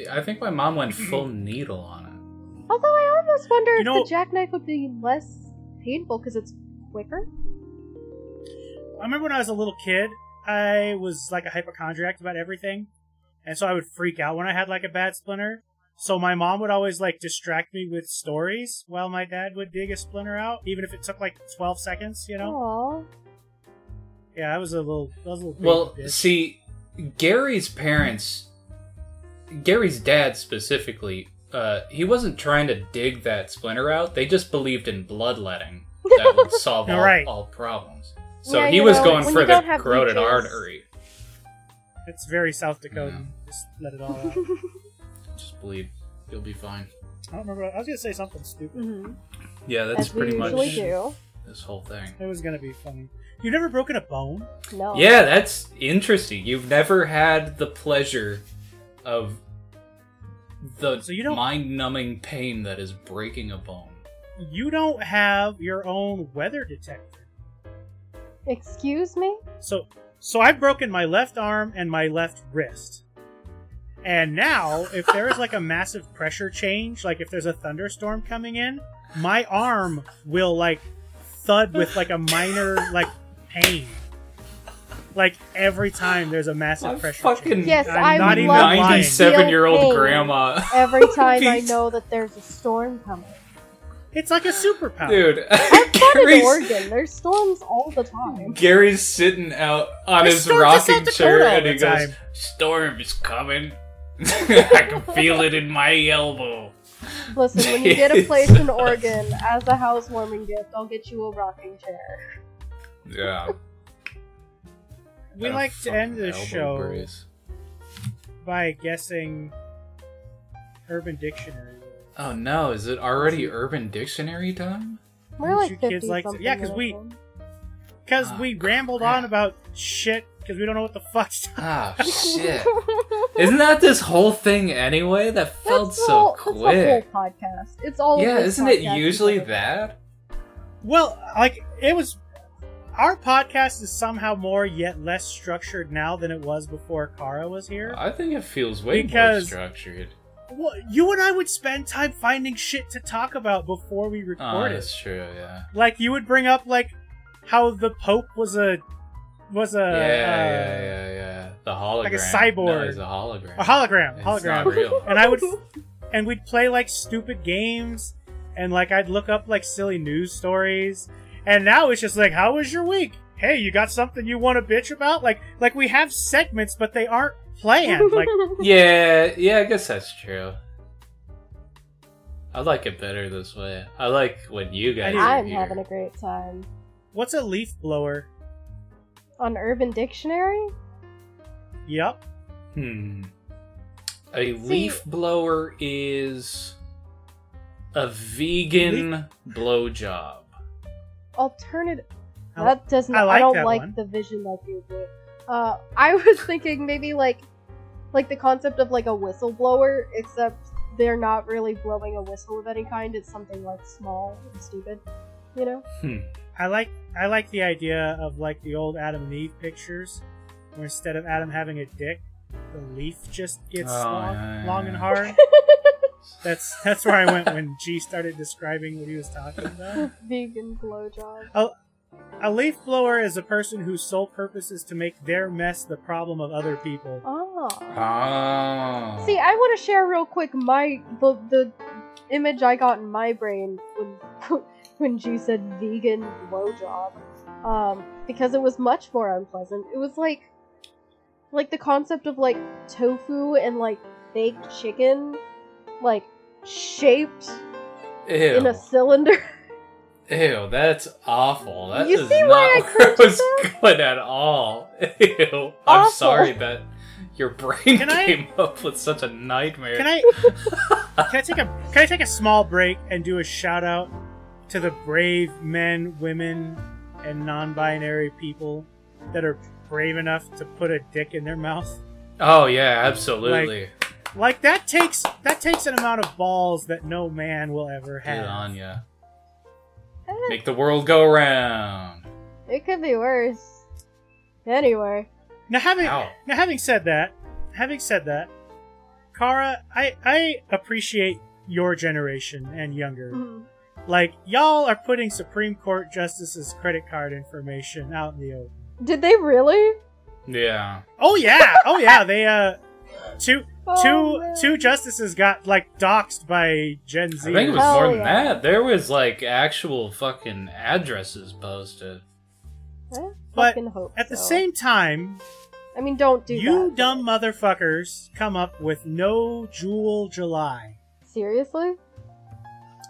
Speaker 3: I think my mom went full needle on
Speaker 4: Although I almost wonder
Speaker 1: You
Speaker 4: if
Speaker 1: know-
Speaker 4: the jackknife would be less painful because it's quicker.
Speaker 1: I remember when I was a little kid, I was like a hypochondriac about everything, and so I would freak out when I had like a bad splinter. So my mom would always like distract me with stories while my dad would dig a splinter out, even if it took like twelve seconds. You know?
Speaker 4: Aww.
Speaker 1: Yeah, I was a little. I was a little.
Speaker 3: it.
Speaker 1: baby
Speaker 3: Well,
Speaker 1: bitch.
Speaker 3: see, Gary's parents, Gary's dad specifically, uh, he wasn't trying to dig that splinter out. They just believed in bloodletting that
Speaker 1: [LAUGHS]
Speaker 3: would solve all,
Speaker 1: Right.
Speaker 3: all problems. So
Speaker 4: Yeah,
Speaker 3: he
Speaker 4: you
Speaker 3: was
Speaker 4: know,
Speaker 3: going
Speaker 4: when
Speaker 3: for
Speaker 4: you
Speaker 3: the
Speaker 4: don't have
Speaker 3: carotid
Speaker 4: leeches.
Speaker 3: artery.
Speaker 1: it's very South Dakota.
Speaker 3: Yeah.
Speaker 1: Just let it all out.
Speaker 3: Just believe you'll be fine.
Speaker 1: I don't remember. I was gonna say something stupid.
Speaker 4: Mm-hmm.
Speaker 3: Yeah, that's
Speaker 4: As we
Speaker 3: pretty much
Speaker 4: usually do.
Speaker 3: this whole thing.
Speaker 1: It was gonna be funny. You've never broken a bone?
Speaker 4: No.
Speaker 3: Yeah, that's interesting. You've never had the pleasure of the
Speaker 1: So you don't-
Speaker 3: mind-numbing pain that is breaking a bone.
Speaker 1: You don't have your own weather detector.
Speaker 4: Excuse me.
Speaker 1: So so I've broken my left arm and my left wrist. And now if there is
Speaker 3: [LAUGHS]
Speaker 1: like a massive pressure change, like if there's a thunderstorm coming in, my arm will like thud with like a minor like pain. Like every time there's a massive
Speaker 3: My
Speaker 1: pressure
Speaker 3: fucking
Speaker 1: change.
Speaker 4: Yes,
Speaker 1: I'm
Speaker 4: I
Speaker 1: not even
Speaker 4: love
Speaker 1: lying.
Speaker 4: feel
Speaker 3: ninety-seven-year-old
Speaker 4: pain
Speaker 3: grandma,
Speaker 1: [LAUGHS]
Speaker 4: Every time I
Speaker 3: Peace.
Speaker 4: know that there's a storm
Speaker 3: [LAUGHS]
Speaker 4: coming.
Speaker 1: It's like a superpower.
Speaker 3: dude.
Speaker 4: Not in
Speaker 3: [LAUGHS] Gary's,
Speaker 4: Oregon. There's storms all the time.
Speaker 3: Gary's sitting out on
Speaker 1: There's
Speaker 3: his
Speaker 1: storms in
Speaker 3: rocking
Speaker 1: South Dakota
Speaker 3: chair,
Speaker 1: all
Speaker 3: and
Speaker 1: the
Speaker 3: he goes,
Speaker 1: time.
Speaker 3: "Storm
Speaker 1: [LAUGHS]
Speaker 3: is coming. I can feel it in my elbow."
Speaker 4: Listen, when
Speaker 3: [LAUGHS]
Speaker 4: you get a place in Oregon as a housewarming gift, I'll get you a rocking chair.
Speaker 3: Yeah.
Speaker 1: we
Speaker 3: Oh,
Speaker 1: like to
Speaker 3: fucking
Speaker 1: end this
Speaker 3: elbow
Speaker 1: show
Speaker 3: bruise.
Speaker 1: by guessing Urban Dictionary. words.
Speaker 3: Oh no, is it already Urban Dictionary time?
Speaker 4: We're
Speaker 1: Didn't
Speaker 4: like
Speaker 1: you
Speaker 4: 50
Speaker 1: kids like to-
Speaker 4: something.
Speaker 1: yeah, 'cause we-
Speaker 4: years old.
Speaker 1: Because
Speaker 3: Ah,
Speaker 1: we rambled
Speaker 3: crap.
Speaker 1: on about shit because we don't know what the fuck. [LAUGHS]
Speaker 3: Ah, shit. Isn't that this whole thing anyway? That felt
Speaker 4: That's the
Speaker 3: so
Speaker 4: whole-
Speaker 3: quick.
Speaker 4: That's the whole podcast. It's all of
Speaker 3: yeah,
Speaker 4: this
Speaker 3: isn't it
Speaker 4: podcast
Speaker 3: usually
Speaker 4: together.
Speaker 3: that?
Speaker 1: Well, like it was. Our podcast is somehow more yet less structured now than it was before Kara was here.
Speaker 3: I think it feels way
Speaker 1: Because-
Speaker 3: more structured.
Speaker 1: well, you and I would spend time finding shit to talk about before we
Speaker 3: Oh,
Speaker 1: recorded.
Speaker 3: that's true, yeah.
Speaker 1: like you would bring up like how the Pope was a was a
Speaker 3: yeah, yeah,
Speaker 1: uh,
Speaker 3: yeah, yeah. The hologram.
Speaker 1: like a
Speaker 3: No,
Speaker 1: cyborg.
Speaker 3: it's a hologram.
Speaker 1: a hologram,
Speaker 3: It's
Speaker 1: hologram,
Speaker 3: not real.
Speaker 1: and I would and we'd play like stupid games and like I'd look up like silly news stories and now it's just like how was your week? Hey, you got something you want to bitch about? Like like we have segments but they aren't planned. [LAUGHS]
Speaker 4: [LAUGHS]
Speaker 1: Like
Speaker 3: yeah, yeah, I guess that's true. I like it better this way. I like when you guys are
Speaker 4: I'm
Speaker 3: here.
Speaker 4: having a great time.
Speaker 1: what's a leaf blower?
Speaker 4: On Urban Dictionary?
Speaker 1: Yep.
Speaker 3: Hmm. A leaf blower is a vegan blowjob.
Speaker 4: Alternative.
Speaker 1: I-
Speaker 4: That does not. I,
Speaker 1: like
Speaker 4: don't
Speaker 1: that
Speaker 4: like
Speaker 1: one.
Speaker 4: the vision that you do. Uh, I was [LAUGHS] thinking maybe like, like the concept of like a whistleblower, except they're not really blowing a whistle of any kind. It's something like small and stupid, you know.
Speaker 3: Hmm.
Speaker 1: I like I like the idea of like the old Adam and Eve pictures where instead of Adam having a dick, the leaf just gets
Speaker 3: Oh,
Speaker 1: long,
Speaker 3: yeah,
Speaker 1: long and
Speaker 3: yeah. [LAUGHS]
Speaker 1: hard. That's that's where I went when G started describing what he was talking about.
Speaker 4: Vegan blowjob.
Speaker 1: A leaf blower is a person whose sole purpose is to make their mess the problem of other people.
Speaker 4: Ah.
Speaker 1: Ah.
Speaker 3: Oh.
Speaker 4: See, I want to share real quick my the the image I got in my brain when [LAUGHS] when G said vegan blowjob, um, because it was much more unpleasant. It was like like the concept of like tofu and like baked chicken, like shaped
Speaker 3: Ew.
Speaker 4: in a cylinder. [LAUGHS]
Speaker 3: Ew, that's awful. That
Speaker 4: You
Speaker 3: is
Speaker 4: see
Speaker 3: not
Speaker 4: why
Speaker 3: [LAUGHS]
Speaker 4: I
Speaker 3: where I
Speaker 4: corrected
Speaker 3: was good at all. Ew. I'm
Speaker 4: Awful.
Speaker 3: sorry that your brain
Speaker 1: Can I-
Speaker 3: came up with such a nightmare.
Speaker 1: Can
Speaker 3: [LAUGHS]
Speaker 1: I can I take a can I take a small break and do a shout out to the brave men, women, and non-binary people that are brave enough to put a dick in their mouth?
Speaker 3: Oh yeah, absolutely.
Speaker 1: Like that takes that takes an amount of balls that no man will ever
Speaker 3: Good
Speaker 1: have.
Speaker 3: on ya. Make the world go round.
Speaker 4: It could be worse. Anyway,
Speaker 1: Now having
Speaker 3: Ow.
Speaker 1: now having said that, having said that, Kara, I I appreciate your generation and younger.
Speaker 4: Mhm.
Speaker 1: Like y'all are putting Supreme Court justices' credit card information out in the open.
Speaker 4: did they really?
Speaker 3: Yeah.
Speaker 1: Oh yeah, oh yeah. They uh, two
Speaker 4: Oh,
Speaker 1: two-
Speaker 4: man.
Speaker 1: two justices got like doxxed by Gen Z.
Speaker 3: I think it was
Speaker 4: Hell
Speaker 3: more than
Speaker 4: yeah.
Speaker 3: that. There was like actual fucking addresses posted.
Speaker 4: I
Speaker 1: But
Speaker 4: fucking hope
Speaker 1: At the
Speaker 4: so.
Speaker 1: same time,
Speaker 4: I mean, don't Oh. do that.
Speaker 1: you
Speaker 4: but-
Speaker 1: dumb motherfuckers come up with no Jewel July.
Speaker 4: Seriously?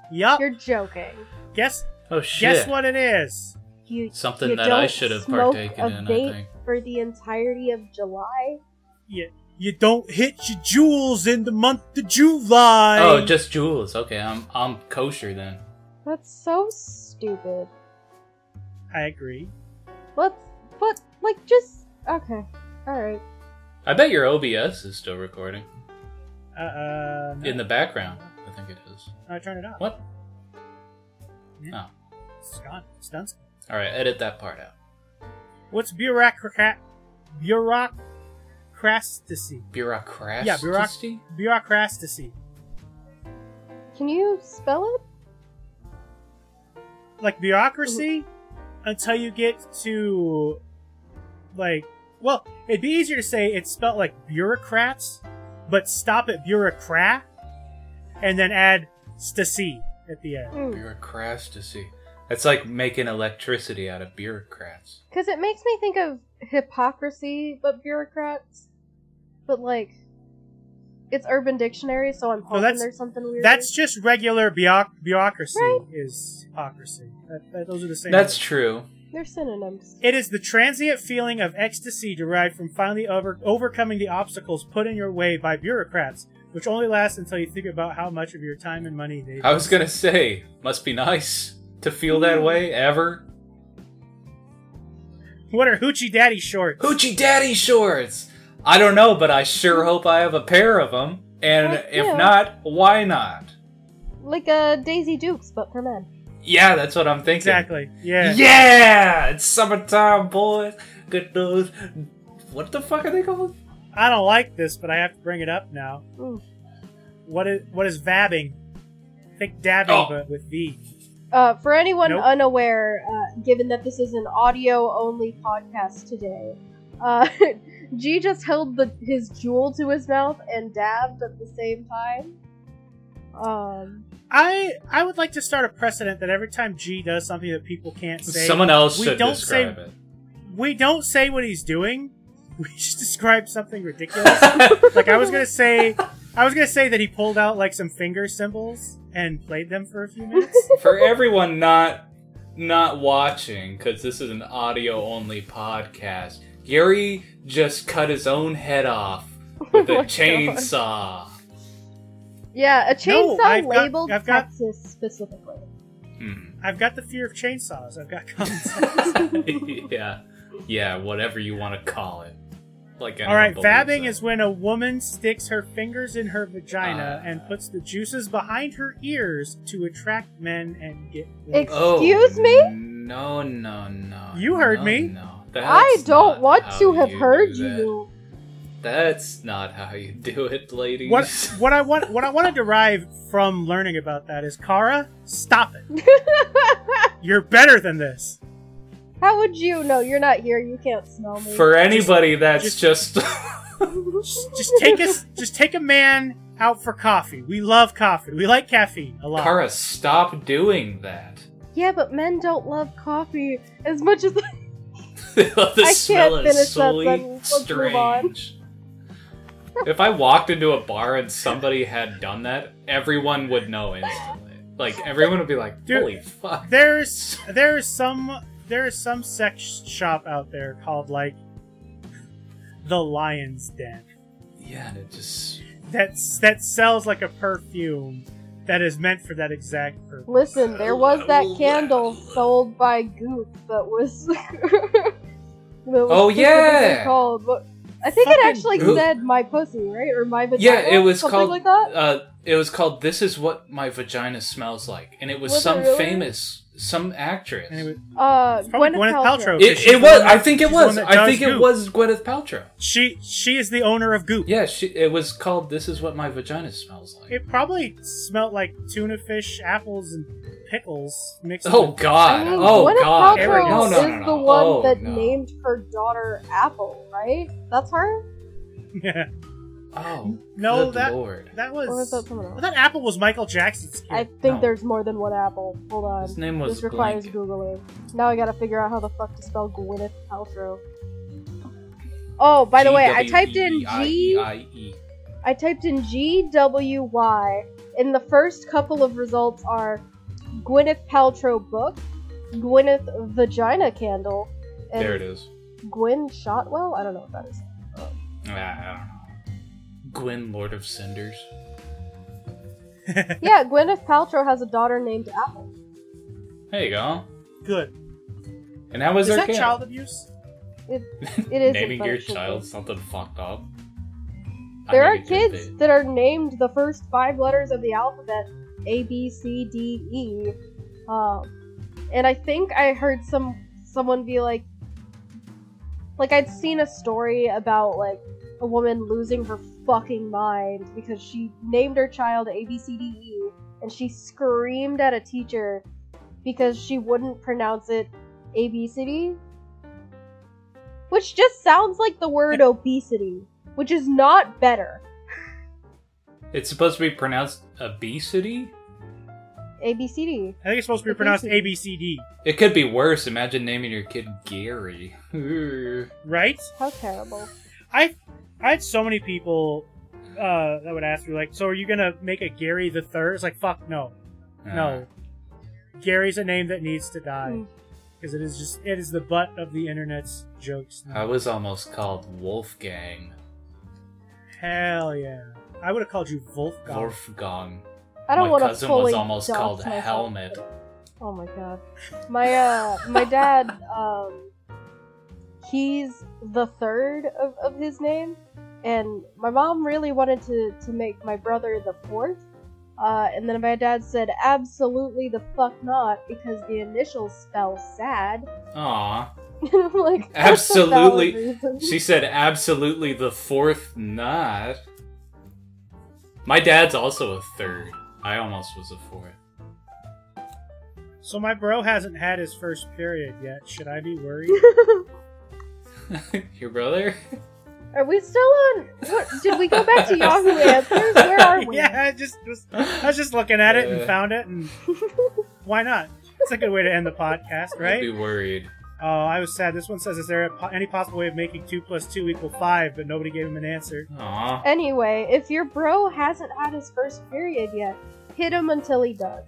Speaker 1: Yup.
Speaker 4: You're joking.
Speaker 1: Guess
Speaker 3: Oh shit.
Speaker 1: guess what it is.
Speaker 4: You
Speaker 3: Something
Speaker 4: you
Speaker 3: that I
Speaker 4: don't
Speaker 3: should have
Speaker 4: smoke
Speaker 3: partaken
Speaker 4: a
Speaker 3: in, I
Speaker 4: vape
Speaker 3: think.
Speaker 4: for the entirety of July.
Speaker 1: You, you don't hit your jewels in the month of July.
Speaker 3: Oh, just jewels. Okay, I'm I'm kosher then.
Speaker 4: That's so stupid.
Speaker 1: I agree.
Speaker 4: Let's but like just okay. All right.
Speaker 3: I bet your OBS is still recording
Speaker 1: Uh, uh no,
Speaker 3: in the background. I think it is.
Speaker 1: no, turn it off.
Speaker 3: What?
Speaker 1: Yeah.
Speaker 3: Oh.
Speaker 1: It's gone. It's done.
Speaker 3: All right, edit that part out.
Speaker 1: What's bureaucrat bureaucracy?
Speaker 3: Bureaucracy.
Speaker 1: Yeah, bureaucracy. Bureaucracy.
Speaker 4: Can you spell it?
Speaker 1: Like bureaucracy until you get to like well, it'd be easier to say it's spelled like bureaucrats, but stop at bureaucrat and then add stacy at the end.
Speaker 4: Mm.
Speaker 3: Bureaucracy. That's like making electricity out of bureaucrats.
Speaker 4: Cuz it makes me think of hypocrisy but bureaucrats. But like it's urban dictionary, so I'm hoping
Speaker 1: that's-
Speaker 4: there's something weird.
Speaker 1: That's just regular bureauc- bureaucracy
Speaker 4: Right.
Speaker 1: is hypocrisy. That, that, those are the same.
Speaker 3: That's
Speaker 1: words.
Speaker 3: true.
Speaker 4: They're synonyms.
Speaker 1: It is the transient feeling of ecstasy derived from finally over- overcoming the obstacles put in your way by bureaucrats, which only lasts until you think about how much of your time and money they.
Speaker 3: I was gonna say, must be nice to feel that way ever.
Speaker 1: What are hoochie daddy shorts?
Speaker 3: Hoochie Daddy shorts. I don't know, but I sure hope I have a pair of them. And
Speaker 4: Heck
Speaker 3: if
Speaker 4: yeah.
Speaker 3: not, why not?
Speaker 4: Like uh, Daisy Dukes, but for men.
Speaker 3: Yeah, that's what I'm thinking.
Speaker 1: Exactly. Yeah.
Speaker 3: Yeah. it's summertime, boys. Good news. What the fuck are they called?
Speaker 1: I don't like this, but I have to bring it up now.
Speaker 4: Ooh.
Speaker 1: What is what is vabbing? Think dabbing,
Speaker 3: Oh.
Speaker 1: but with V.
Speaker 4: Uh, for anyone
Speaker 1: Nope.
Speaker 4: unaware, uh, given that this is an audio-only podcast today, uh, [LAUGHS] G just held the, his jewel to his mouth and dabbed at the same time. Um,
Speaker 1: I I would like to start a precedent that every time G does something that people can't say,
Speaker 3: Someone else
Speaker 1: we
Speaker 3: should
Speaker 1: don't
Speaker 3: describe
Speaker 1: say
Speaker 3: it.
Speaker 1: we don't say what he's doing. [LAUGHS] We just describe something ridiculous. like I was gonna say, I was gonna say that he pulled out like some finger symbols and played them for a few minutes.
Speaker 3: For everyone not not watching, because this is an audio only podcast, Gary just cut his own head off with
Speaker 4: [LAUGHS] Oh
Speaker 3: a
Speaker 4: my
Speaker 3: chainsaw.
Speaker 4: yeah, a chainsaw
Speaker 1: I've got-
Speaker 4: labeled
Speaker 1: I've got-
Speaker 4: Texas specifically.
Speaker 3: Hmm.
Speaker 1: I've got the fear of chainsaws. I've got common
Speaker 3: [LAUGHS]
Speaker 1: sense.
Speaker 3: Hmm. yeah, yeah, whatever you want to call it. Like
Speaker 1: All right,
Speaker 3: anyone believes
Speaker 1: vabbing
Speaker 3: that.
Speaker 1: is when a woman sticks her fingers in her vagina
Speaker 3: Ah.
Speaker 1: and puts the juices behind her ears to attract men and get. laid.
Speaker 4: Ex- Excuse me?
Speaker 3: Oh, No, no, no.
Speaker 1: You heard
Speaker 3: no,
Speaker 1: me.
Speaker 3: No.
Speaker 4: I
Speaker 3: That's
Speaker 4: don't
Speaker 3: not
Speaker 4: want
Speaker 3: how
Speaker 4: to have heard
Speaker 3: do that.
Speaker 4: you.
Speaker 3: That's not how you do it, ladies. [LAUGHS]
Speaker 1: what what I want what I want to derive from learning about that is Kara, stop it. You're better than this.
Speaker 4: How would you know? You're not here. You can't smell me.
Speaker 3: For anybody that's just,
Speaker 1: Just, just take us just take a man out for coffee. We love coffee. We like caffeine a lot.
Speaker 3: Kara, stop doing that. [LAUGHS]
Speaker 4: yeah, but men don't love coffee as much as
Speaker 3: the
Speaker 4: can't
Speaker 3: smell
Speaker 4: finish that
Speaker 3: is solely
Speaker 4: sentence. Let's move
Speaker 3: strange. if I walked into a bar and somebody had done that, everyone would know instantly. Like everyone would be like,
Speaker 1: Dude.
Speaker 3: "Holy fuck!"
Speaker 1: There's there's some there is some sex shop out there called like the Lion's Den.
Speaker 3: Yeah, and it just
Speaker 1: that's that sells like a perfume that is meant for that exact purpose.
Speaker 4: Listen, there was that candle sold by Goop that was. [LAUGHS] that was
Speaker 3: Oh,
Speaker 4: specifically
Speaker 3: yeah!
Speaker 4: Called. What, I think it
Speaker 1: Fucking
Speaker 4: actually
Speaker 3: Goop.
Speaker 4: said my pussy, right, or my vagina.
Speaker 3: yeah, it was
Speaker 4: something
Speaker 3: called
Speaker 4: like that.
Speaker 3: Uh, it was called "This Is What My Vagina Smells Like," and it was,
Speaker 4: Was it
Speaker 3: some
Speaker 4: really?
Speaker 3: famous, some actress.
Speaker 1: And it was,
Speaker 4: Uh,
Speaker 1: probably
Speaker 4: Gwyneth,
Speaker 1: Gwyneth
Speaker 4: Paltrow.
Speaker 1: Paltrow.
Speaker 3: it,
Speaker 1: She's the
Speaker 3: it was.
Speaker 1: one that-
Speaker 3: I think it
Speaker 1: she's the
Speaker 3: was.
Speaker 1: one that
Speaker 3: I
Speaker 1: does
Speaker 3: think it
Speaker 1: Goop.
Speaker 3: was Gwyneth Paltrow.
Speaker 1: she she is the owner of Goop.
Speaker 3: Yeah, she, it was called "This Is What My Vagina Smells Like."
Speaker 1: It probably smelled like tuna fish, apples, and pickles mixed.
Speaker 3: Oh
Speaker 1: with-
Speaker 3: God!
Speaker 4: I mean,
Speaker 3: oh
Speaker 4: Gwyneth
Speaker 3: God!
Speaker 4: Paltrow
Speaker 1: Arrogance.
Speaker 3: No, no, no,
Speaker 4: is
Speaker 3: no.
Speaker 4: the one
Speaker 3: Oh,
Speaker 4: that
Speaker 3: no.
Speaker 4: named her daughter Apple, right? That's her.
Speaker 1: [LAUGHS] Yeah.
Speaker 3: Oh
Speaker 1: No,
Speaker 3: good
Speaker 1: that
Speaker 3: Lord.
Speaker 1: that was.
Speaker 4: Or was that someone else?
Speaker 1: well, that apple was Michael Jackson's. Kid.
Speaker 4: I think
Speaker 3: No.
Speaker 4: there's more than one Apple. Hold on.
Speaker 3: His name was
Speaker 4: this requires
Speaker 3: blank.
Speaker 4: googling. Now I gotta figure out how the fuck to spell Gwyneth Paltrow. Oh, by the way, I
Speaker 3: E
Speaker 4: typed in G.
Speaker 3: G-W-E-E-I-E-I-E.
Speaker 4: I typed in G W Y, and the first couple of results are Gwyneth Paltrow book, Gwyneth vagina candle, and
Speaker 3: There it is.
Speaker 4: Gwyn Shotwell. I don't know what that is.
Speaker 3: Ah, I don't know. Gwyn, Lord of Cinders.
Speaker 4: yeah, Gwyneth Paltrow has a daughter named Apple.
Speaker 3: There you go.
Speaker 1: Good.
Speaker 3: And how was
Speaker 1: Is
Speaker 3: their
Speaker 1: that
Speaker 3: kid?
Speaker 1: child abuse?
Speaker 4: It,
Speaker 3: [LAUGHS]
Speaker 4: it is
Speaker 3: naming
Speaker 4: in
Speaker 3: your
Speaker 4: fact, should be.
Speaker 3: child something fucked up? I
Speaker 4: There are
Speaker 3: mean, it could
Speaker 4: kids
Speaker 3: be.
Speaker 4: that are named the first five letters of the alphabet A, B, C, D, E. Um, and I think I heard some someone be like, like I'd seen a story about like a woman losing her fucking mind because she named her child A, B, C, D, E, and she screamed at a teacher because she wouldn't pronounce it A, B, C, D. Which just sounds like the word obesity which is not better.
Speaker 3: It's supposed to be pronounced obesity.
Speaker 4: ABCD.
Speaker 1: I think it's supposed to be
Speaker 4: Okay,
Speaker 1: pronounced
Speaker 4: so-
Speaker 1: A B C D,
Speaker 3: It could be worse. Imagine naming your kid Gary. [LAUGHS]
Speaker 1: right?
Speaker 4: How terrible.
Speaker 1: I I had so many people uh, that would ask me like, "So are you gonna make a Gary the
Speaker 3: Uh-huh.
Speaker 1: Third? It's like, "Fuck no, no." Gary's a name that needs to die.
Speaker 4: Mm.
Speaker 1: because it is just it is the butt of the internet's jokes. now.
Speaker 3: I was almost called Wolfgang.
Speaker 1: Hell yeah! I would have called you Wolfgang.
Speaker 3: Wolfgang.
Speaker 4: I don't
Speaker 3: My
Speaker 4: want to
Speaker 3: cousin was
Speaker 4: fully
Speaker 3: almost
Speaker 4: dox
Speaker 3: called
Speaker 4: myself,
Speaker 3: Helmet.
Speaker 4: but- Oh my god, my uh, my dad, [LAUGHS] um, he's the third of, of his name, and my mom really wanted to to make my brother the fourth, uh, and then my dad said absolutely the fuck not because the initials spell sad. [LAUGHS]
Speaker 3: Aw.
Speaker 4: And I'm like "That's a valid
Speaker 3: Absolutely.
Speaker 4: reason."
Speaker 3: She said absolutely the fourth not. My dad's also a third. I almost was a fourth. [LAUGHS]
Speaker 1: So my bro hasn't had his first period yet. Should I be worried?
Speaker 3: Your brother?
Speaker 4: Are we still on? What, did we go back to Yahoo Answers? Where
Speaker 3: [LAUGHS]
Speaker 4: are
Speaker 1: [LAUGHS]
Speaker 4: we?
Speaker 1: yeah, I just was, I was just looking at it and
Speaker 3: Uh.
Speaker 1: found it, and [LAUGHS] why not? It's a good way to end the podcast,
Speaker 3: I'd be
Speaker 1: right?
Speaker 3: worried.
Speaker 1: Oh, I was sad. This one says, "Is there a po- any possible way of making two plus two equal five? But nobody gave him an answer.
Speaker 3: Aw.
Speaker 4: Anyway, if your bro hasn't had his first period yet, hit him until he does.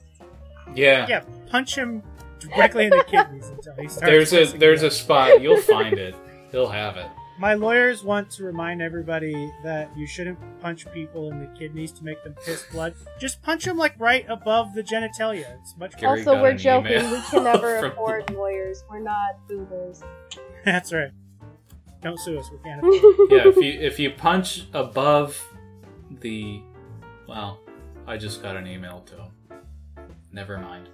Speaker 3: Yeah.
Speaker 1: Yeah, punch him directly in the kidneys until he starts.
Speaker 3: There's a
Speaker 1: pissing
Speaker 3: there's a
Speaker 1: blood.
Speaker 3: spot. You'll find it. He'll have it.
Speaker 1: My lawyers want to remind everybody that you shouldn't punch people in the kidneys to make them piss blood. Just punch them like right above the genitalia. It's much.
Speaker 3: Gary
Speaker 4: also,
Speaker 3: got
Speaker 4: we're
Speaker 3: an
Speaker 4: joking.
Speaker 3: email
Speaker 4: We
Speaker 3: [LAUGHS]
Speaker 4: can never
Speaker 3: from-
Speaker 4: afford lawyers. We're not boobers.
Speaker 1: [LAUGHS] That's right. Don't sue us. We can't.
Speaker 3: Yeah, if you if you punch above the well, I just got an email to Never mind.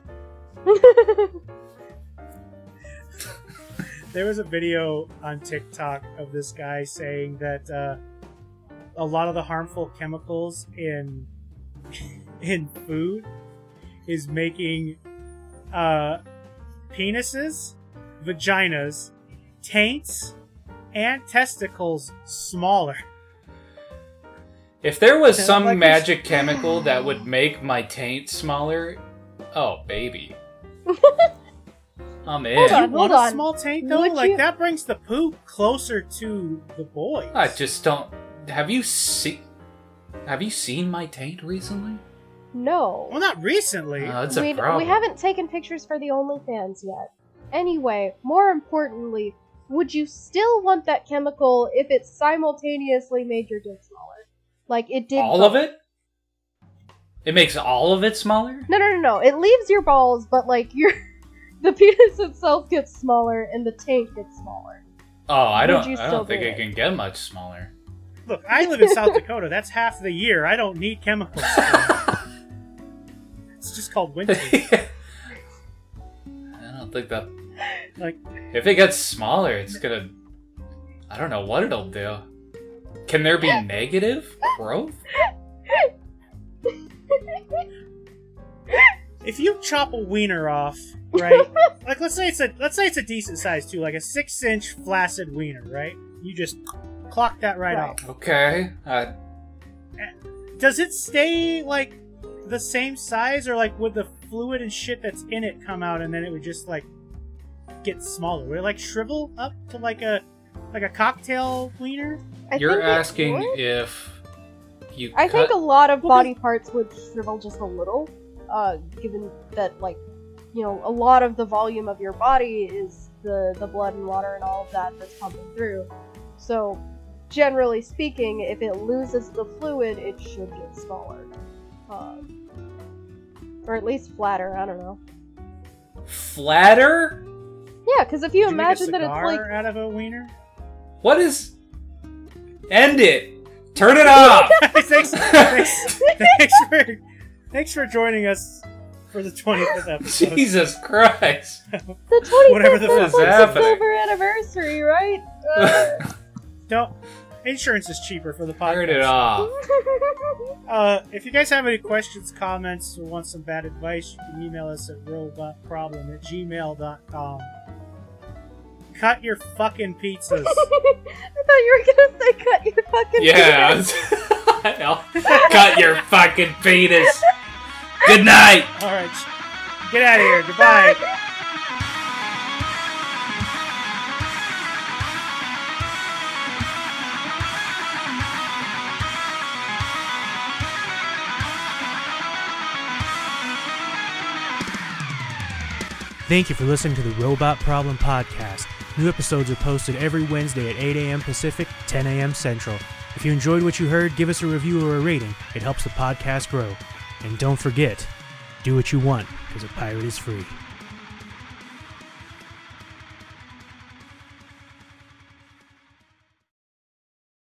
Speaker 1: There was a video on TikTok of this guy saying that uh, a lot of the harmful chemicals in [LAUGHS] in food is making uh, penises, vaginas, taints, and testicles smaller.
Speaker 3: If there was
Speaker 1: Sounds
Speaker 3: some
Speaker 1: like a-
Speaker 3: magic chemical that would make my taint smaller, oh
Speaker 4: [LAUGHS]
Speaker 3: baby. I'm
Speaker 4: Hold
Speaker 1: Do you
Speaker 4: on.
Speaker 3: in.
Speaker 1: want a small taint though?
Speaker 4: Would
Speaker 1: like
Speaker 4: you-
Speaker 1: that brings the poop closer to the boys.
Speaker 3: I just don't have you seen have you seen my taint recently?
Speaker 4: no.
Speaker 1: well, not recently.
Speaker 3: Uh, that's a
Speaker 4: We,
Speaker 3: problem.
Speaker 4: we haven't taken pictures for the OnlyFans yet. Anyway, more importantly, would you still want that chemical if it simultaneously made your dick smaller? Like it did.
Speaker 3: all of
Speaker 4: both.
Speaker 3: it? It makes all of it smaller?
Speaker 4: No, no, no, no. It leaves your balls, but like your [LAUGHS] the penis itself gets smaller and the tank gets smaller. [LAUGHS]
Speaker 3: Oh, I
Speaker 4: Would
Speaker 3: don't
Speaker 4: you
Speaker 3: I
Speaker 4: still
Speaker 3: don't think
Speaker 4: do
Speaker 3: it
Speaker 4: it?
Speaker 3: can get much smaller.
Speaker 1: Look, I live in South Dakota. That's half the year. I don't need
Speaker 4: [LAUGHS]
Speaker 1: chemicals. it's just called winter.
Speaker 3: I don't think that.
Speaker 1: Like,
Speaker 3: If it gets smaller, it's gonna. I don't know what it'll do. Can there be negative growth?
Speaker 1: if you chop a wiener off,
Speaker 4: [LAUGHS]
Speaker 1: right? like, let's say it's a let's say it's a decent size too, like a six inch flaccid wiener, right? You just clock that right,
Speaker 4: Right.
Speaker 1: off.
Speaker 3: Okay. Uh,
Speaker 1: Does it stay like the same size, or like would the fluid and shit that's in it come out, and then it would just like get smaller? Would it like shrivel up to like a like a cocktail wiener?
Speaker 4: I
Speaker 3: you're
Speaker 4: think it
Speaker 3: asking
Speaker 4: would.
Speaker 3: if you.
Speaker 4: I
Speaker 3: cut-
Speaker 4: think a lot of
Speaker 1: Well,
Speaker 4: body parts would shrivel just a little, uh, given that like you know a lot of the volume of your body is the the blood and water and all of that that's pumping through. So, generally speaking, if it loses the fluid, it should get smaller, um, or at least flatter. I don't know.
Speaker 3: flatter.
Speaker 4: Yeah, because if you
Speaker 1: Could you make a
Speaker 4: imagine that it's
Speaker 1: cigar
Speaker 4: like
Speaker 1: out of a wiener.
Speaker 3: What is? End it. Turn it
Speaker 4: [LAUGHS]
Speaker 3: off.
Speaker 1: thanks, thanks, thanks for thanks for joining us for the 25th episode.
Speaker 3: Jesus Christ.
Speaker 4: the 25th
Speaker 1: Whatever the
Speaker 4: is
Speaker 3: fuck's
Speaker 4: like
Speaker 3: happening.
Speaker 4: silver anniversary, right? Uh,
Speaker 1: Don't insurance is cheaper for the podcast.
Speaker 3: Turn it off.
Speaker 4: [LAUGHS]
Speaker 1: Uh, if you guys have any questions, comments, or want some bad advice, you can email us at robotproblem at gmail.com. Cut your fucking pizzas.
Speaker 4: [LAUGHS] I thought you were gonna say cut your fucking
Speaker 3: Yeah. [LAUGHS] Cut your fucking penis. Good night.
Speaker 1: Alright. Get out of here. Goodbye. Thank you for listening to the Robot Problem Podcast. New episodes are posted every Wednesday at 8 a.m. Pacific, 10 a.m. Central. If you enjoyed what you heard, give us a review or a rating. It helps the podcast grow. And don't forget, do what you want, because a pirate is free.